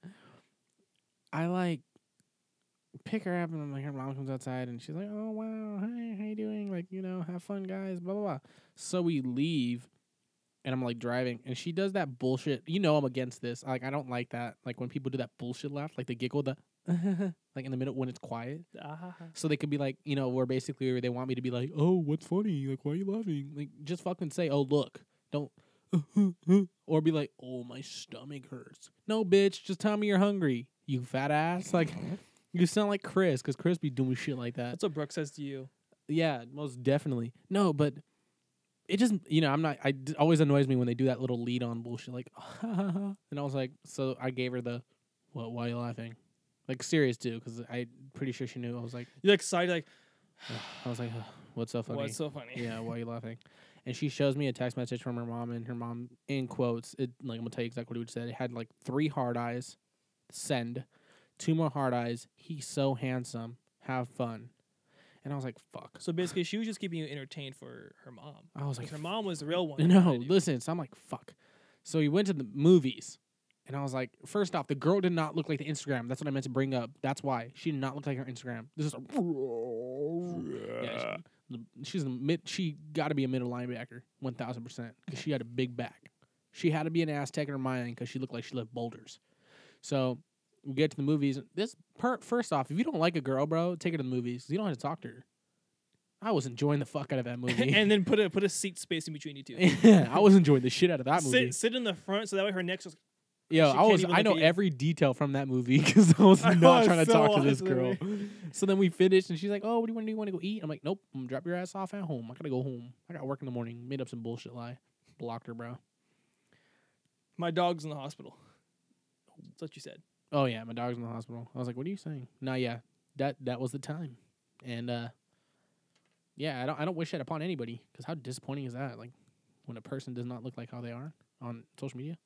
I like pick her up and I'm like her mom comes outside and she's like, "Oh wow, hi, how you doing? Like you know, have fun, guys." Blah blah blah. So we leave, and I'm like driving, and she does that bullshit. You know, I'm against this. Like I don't like that. Like when people do that bullshit laugh, like they giggle the. like in the middle when it's quiet, so they could be like, you know, where basically they want me to be like, oh, what's funny? Like, why are you laughing? Like, just fucking say, oh, look, don't, or be like, oh, my stomach hurts. No, bitch, just tell me you're hungry, you fat ass. Like, you sound like Chris, because Chris be doing shit like that.
That's what Brooke says to you.
Yeah, most definitely. No, but it just you know I'm not. I it always annoys me when they do that little lead on bullshit like, and I was like, so I gave her the, what? Why are you laughing? Like serious, too, because I pretty sure she knew. I was like.
You're excited, like,
I was like, "Ugh, "What's so funny?"
what's so funny?
yeah, why are you laughing? And she shows me a text message from her mom, and her mom, in quotes, it like I'm gonna tell you exactly what it said. It had like three hard eyes, send, two more hard eyes. He's so handsome. Have fun. And I was like, "Fuck."
So basically, she was just keeping you entertained for her mom.
I was like,
Like her mom was the real one.
no,
behind you.
listen. So I'm like, fuck. So we went to the movies, and I was like, first off, the girl did not look like the Instagram. That's what I meant to bring up. That's why she did not look like her Instagram. This is a,
Uh,
yeah, she, she's a mid. She got to be a middle linebacker, one thousand percent, because she had a big back. She had to be an Aztec in her mind because she looked like she left boulders. So we get to the movies. This per, first off, if you don't like a girl, bro, take her to the movies. 'cause You don't have to talk to her. I was enjoying the fuck out of that movie.
and then put a put a seat space in between you two.
I was enjoying the shit out of that movie.
sit, sit in the front so that way her neck's just
Yo,
she
I
can't
was
even
I
look
know
at you.
every detail from that movie because I was
I
not
was
trying to
so
talk to this
watching the
girl. so then we finished, and she's like, "Oh, what do you want to do? You want to go eat?" I'm like, "Nope, I'm gonna drop your ass off at home. I gotta go home. I got work in the morning." Made up some bullshit lie. Blocked her, bro.
my dog's in the hospital. That's what you said.
Oh yeah, my dog's in the hospital. I was like, "What are you saying?" Nah, yeah, that that was the time, and uh, yeah, I don't I don't wish that upon anybody because how disappointing is that? Like when a person does not look like how they are on social media,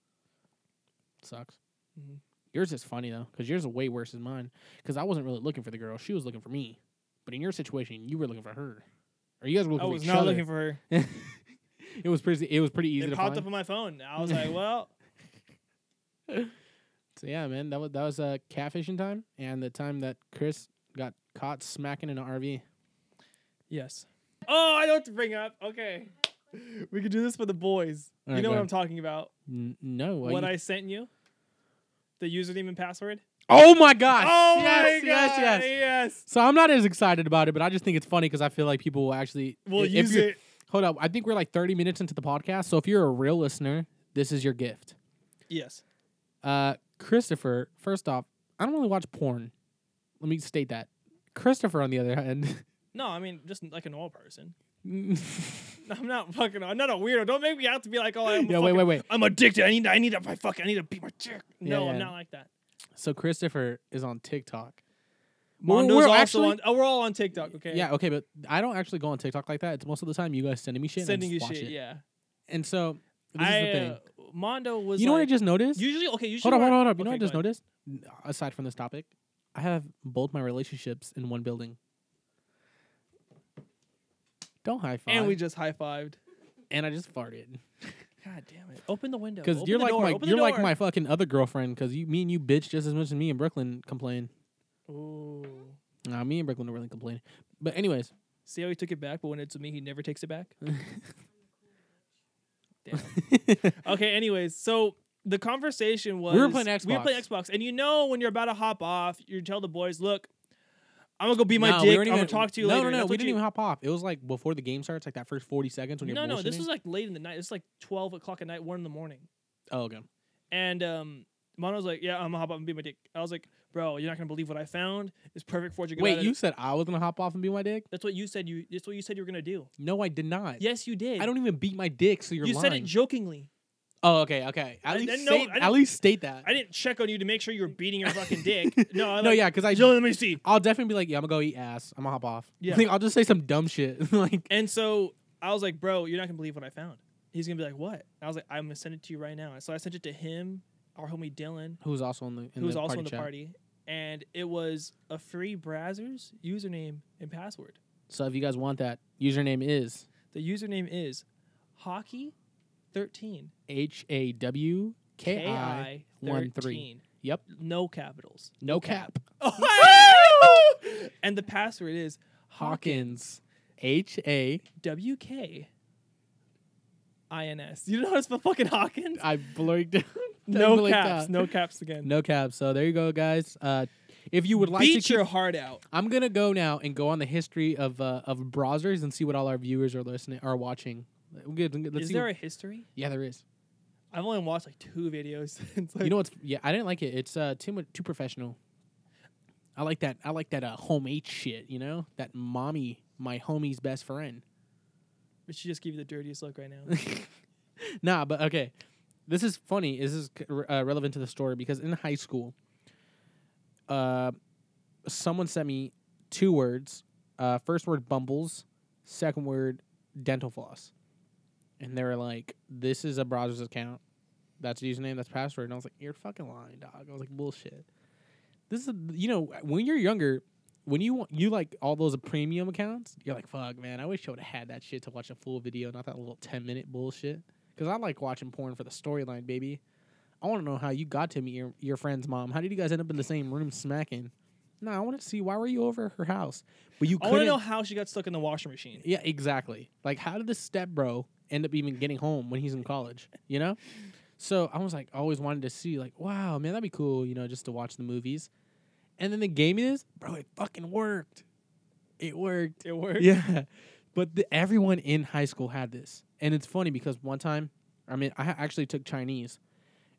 sucks.
Mhm.
Yours is funny though because yours is way worse than mine because I wasn't really looking for the girl; she was looking for me. But in your situation, you were looking for her, or you guys were
I
looking
was
for each
not
other.
looking for her.
it was pretty. It was pretty easy
it
to
popped
find.
up on my phone. I was like, well,
So yeah, man, that was that was uh, catfishing time and the time that Chris got caught smacking in an RV.
yes. Oh, I know what to bring up. Okay, we could do this for the boys.
All
you
right,
know
go
what
ahead.
I'm talking about.
N- no, what,
what
you-
I sent you, the username and password.
Oh my gosh!
Oh
yes,
my
yes,
god!
yes.
yes.
So I'm not as excited about it, but I just think it's funny because I feel like people will actually
We'll
if
use
you-
it.
Hold up, I think we're like 30 minutes into the podcast, so if you're a real listener, This is your gift.
Yes.
Uh, Christopher, first off, I don't really watch porn. Let me state that. Christopher, on the other hand,
No, I mean just like a normal person. I'm not fucking. I'm not a weirdo. Don't make me out to be like, oh, I'm. a
yeah, wait,
fucking-
wait, wait.
I'm addicted. I need. I need. I fucking. I need to beat my chick. No,
Yeah,
I'm
yeah.
not like that.
So Christopher is on TikTok. Well,
Mondo's
we're
also
actually-
on. Oh, we're all on TikTok. Okay.
Yeah, okay, but I don't actually go on TikTok like that. It's most of the time you guys sending me shit.
Sending
and I
you
just watch
shit.
It.
Yeah.
And so this
I,
is the thing.
uh, Mondo was.
You know what I
like-
just noticed?
Usually, okay. Usually.
hold on,
when I-
hold on, hold up. You know
okay,
what I just
go ahead.
noticed? N- Aside from this topic, I have both my relationships in one building. Don't high five.
And we just high fived.
and I just farted
God damn it! Open the window.
because
Open
you're
the
like
door.
my
Open the
you're like
door.
my fucking other girlfriend because you me and you bitch just as much as me and Brooklyn complain.
Ooh.
Nah, me and Brooklyn don't really complain. But anyways,
See how he took it back, but when it's me, he never takes it back. Damn. okay. Anyways, so the conversation was
were playing
We were playing Xbox, and you know when you're about to hop off, you tell the boys, "Look, I'm gonna go be my
No, we
dick. I'm
weren't
gonna
even-
talk to you
no,
later."
No, no,
That's
We
what
didn't
you-
even hop off. It was like before the game starts, like that first forty seconds when you're
No, no, this
bullshitting.
was like late in the night. It's like twelve o'clock at night, one in the morning.
oh okay.
And um, Mono was like, "Yeah, I'm gonna hop up and be my dick." I was like, "Bro, you're not gonna believe what I found. It's perfect for you." Get
Wait,
out of
you
it."
said I was gonna hop off and be my dick?
That's what you said. You. That's what you said you were gonna do.
No, I did not.
Yes, you did.
I don't even beat my dick, so you're
You
lying.
said it jokingly.
Oh, okay, okay. At
I-
least,
I know-
state,
I
at
didn't-
least state that.
I didn't check on you to make sure you were beating your fucking dick. No, I
no,
like,
yeah, because I,
"Yo, let me see.
I'll definitely be like, yeah, I'm gonna go eat ass. I'm gonna hop off.
Yeah.
Like, I'll just say some dumb shit. like,
And so I was like, bro, you're not gonna believe what I found. He's gonna be like, what? I was like, I'm gonna send it to you right now. And so I sent it to him, our homie Dylan,
who's also in the in
who was
the
also
party
in the
chat.
party, and it was a free browser's username and password.
So if you guys want that, username is
The username is hockey13.
H A W K I.
K-I
one
13.
Yep,
No capitals.
no cap.
and the password is
Hawkins. H A.
W K I N S. You know how to spell fucking Hawkins?
I blurred. I
No
blinked
caps.
out.
No caps again.
No cap. So there you go, guys. Uh, if you would like
Beat
to keep
your heart out.
I'm gonna go now and go on the history of uh, of browsers and see what all our viewers are listening are watching. We'll get- Let's
is
see.
there a
what-
history?
yeah, there is.
I've only watched like two videos. It's like-
You know what's? Yeah, I didn't like it. It's uh, too much, too professional. I like that. I like that uh, homemade shit. You know that mommy, my homie's best friend.
we should just give you the dirtiest look right now.
nah, but okay. This is funny. This is uh, relevant to the story because in high school, uh, someone sent me two words. Uh, first word bumbles, second word dental floss, and they were like, "This is a browser's account. That's username. That's password." And I was like, "You're fucking lying, dog." I was like, "Bullshit." This is you know when you're younger. When you want, you like all those premium accounts, you're like, fuck, man, I wish I would have had that shit to watch a full video, not that little 10 minute bullshit. Because I like watching porn for the storyline, baby. I want to know how you got to meet your, your friend's mom. How did you guys end up in the same room smacking? No, I want to see why were you over at her house, but you
I want to
couldn't.
know how she got stuck in the washing machine.
yeah, exactly. Like, how did this step bro end up even getting home when he's in college? You know. So I was like, always wanted to see, like, wow, man, that'd be cool, you know, just to watch the movies. And then the game is, bro, it fucking worked. It worked.
It worked.
Yeah, but the, everyone in high school had this, and it's funny because one time, I mean, I ha- actually took Chinese,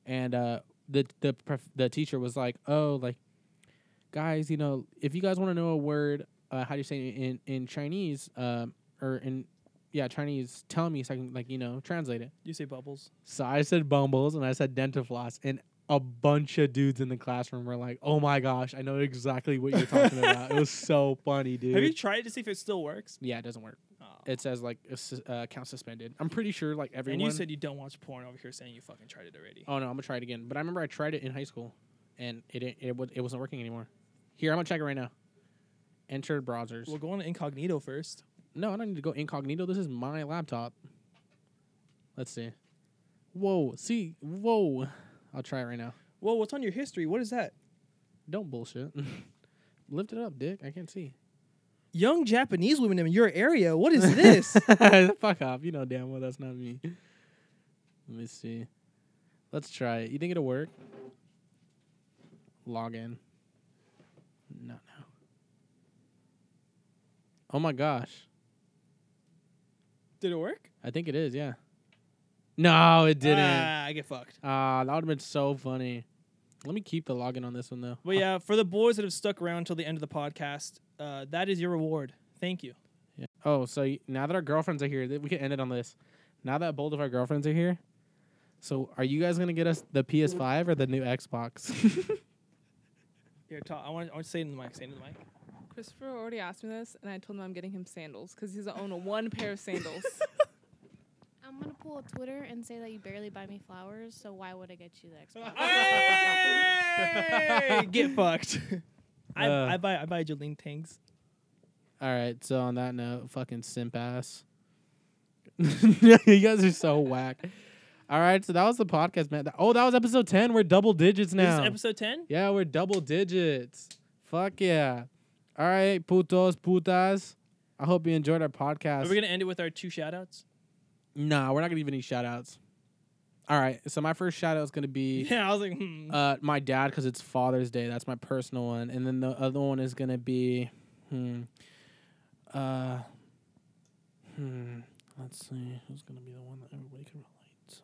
and uh, the the prof- the teacher was like, "Oh, like, guys, you know, if you guys want to know a word, uh, how do you say it in in Chinese, um, or in yeah Chinese, tell me so I can like you know translate it."
You say bubbles.
So I said bumbles and I said dentifloss, and a bunch of dudes in the classroom were like, "Oh my gosh, I know exactly what you're talking about." It was so funny, dude.
Have you tried to see if it still works?
yeah, it doesn't work
Aw.
it says like a sus- uh, account suspended. I'm pretty sure like everyone.
and you said you don't watch porn over here, saying you fucking tried it already.
"Oh no, I'm gonna try it again." But I remember I tried it in high school, and it didn't- it, wa- it wasn't working anymore. Here, I'm gonna check it right now. Enter browsers.
We'll go on incognito first.
no, I don't need to go incognito. This is my laptop. Let's see. Whoa, see, whoa. I'll try it right now.
Whoa, what's on your history? What is that?
Don't bullshit. Lift it up, dick. I can't see.
Young Japanese women in your area. What is
Fuck off. You know damn well that's not me. Let me see. Let's try it. You think it'll work? Log in. No, no. Oh my gosh.
Did it work?
I think it is, yeah. No, it didn't.
Ah, I get fucked.
Ah, that would have been so funny. Let me keep the login on this one though.
But yeah, for the boys that have stuck around till the end of the podcast, uh, that is your reward. Thank you.
Yeah. Oh, so y- now that our girlfriends are here, th- we can end it on this. Now that both of our girlfriends are here, so are you guys gonna get us the PS5 or the new Xbox?
Here, talk. I want, I want to say it in the mic. Say it in the mic.
Christopher already asked me this, and I told him I'm getting him sandals because he's own a one pair of sandals.
I'm gonna pull a Twitter and say that you barely buy me flowers, so why would I get you the Xbox?
Hey! get fucked. I,
Uh.
I buy I buy Jolene tanks.
All right. So on that note, fucking simp ass. you guys are so whack. All right. So that was the podcast, man. Th- Oh, that was episode ten. We're double digits
This
now.
is episode ten.
yeah, we're double digits. Fuck yeah. All right, putos, putas. I hope you enjoyed our podcast.
Are we gonna end it with our two shout outs?
Nah, we're not gonna even need shout outs. All right, so my first shout out is gonna be
Yeah, I was like, hmm.
uh, my dad because it's Father's Day. That's my personal one, and then the other one is gonna be, hmm, uh, hmm. Let's see, who's gonna be the one that everybody can relate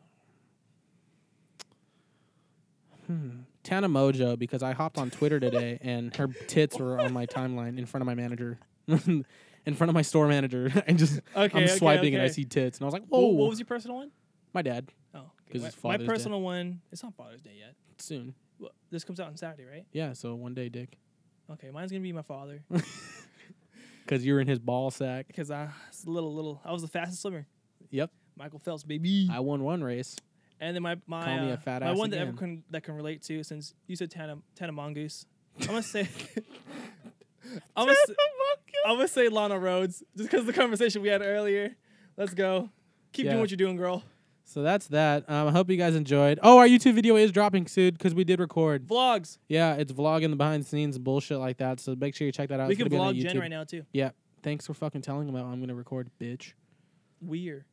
to? Hmm, Tana Mojo because I hopped on Twitter today and her tits were on my timeline in front of my manager, in front of my store manager. I just
okay,
I'm
okay,
swiping and I
okay.
see tits, and I was like,
Wha-
"Whoa!"
What, was your personal one?
my dad
Oh, okay.
'Cause
My-
it's
my,
Father's Day.
personal one. It's not Father's Day yet.
soon.
Well, this comes out on Saturday, right?
Yeah, so one day, Dick,
Okay, mine's gonna be my father
because you're in his ball sack.
because I was uh, a little little. I was the fastest swimmer.
Yep,
Michael Phelps, baby.
I won one race.
and then my my
Call me
uh,
a fat
my
ass
one that
again.
ever can that can relate to since you said Tana Tana Mongoose. I'm gonna say. I'm gonna, say- I'm gonna say Lana Rhodes just because the conversation we had earlier. Let's go. Keep
Yeah.
doing what you're doing, girl.
So that's that. Um, I hope you guys enjoyed. Oh, our YouTube video is dropping soon because we did record.
Vlogs.
Yeah, it's vlogging the behind the scenes bullshit like that. So make sure you check that out.
we
It's
can
gonna be on our
vlog Jen
YouTube.
right now too.
Yeah, thanks for fucking telling about I'm gonna record, bitch.
We're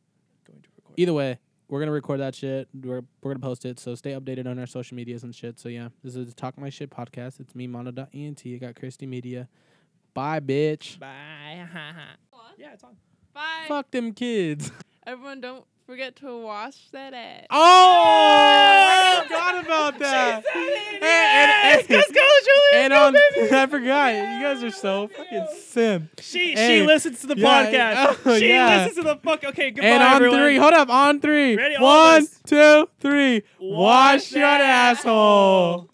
going to record.
Either way, we're gonna record that shit. We're we're gonna post it. So stay updated on our social medias and shit. So yeah, this is the Talk My Shit podcast. It's me, Mono.ent. I got Christy Media. Bye, bitch.
Bye. yeah, it's on.
Bye.
Fuck them kids.
Everyone, don't forget to wash that ass.
Oh, I forgot about that. And, and, and, and on, I forgot. You guys are so fucking simp.
She
Hey,
she listens to the
yeah,
podcast.
oh,
she
yeah.
listens to the fuck. Okay, goodbye
and on
everyone.
three, hold up, on three.
Ready, all of
One,
us.
two, three. Wash, your
that
asshole.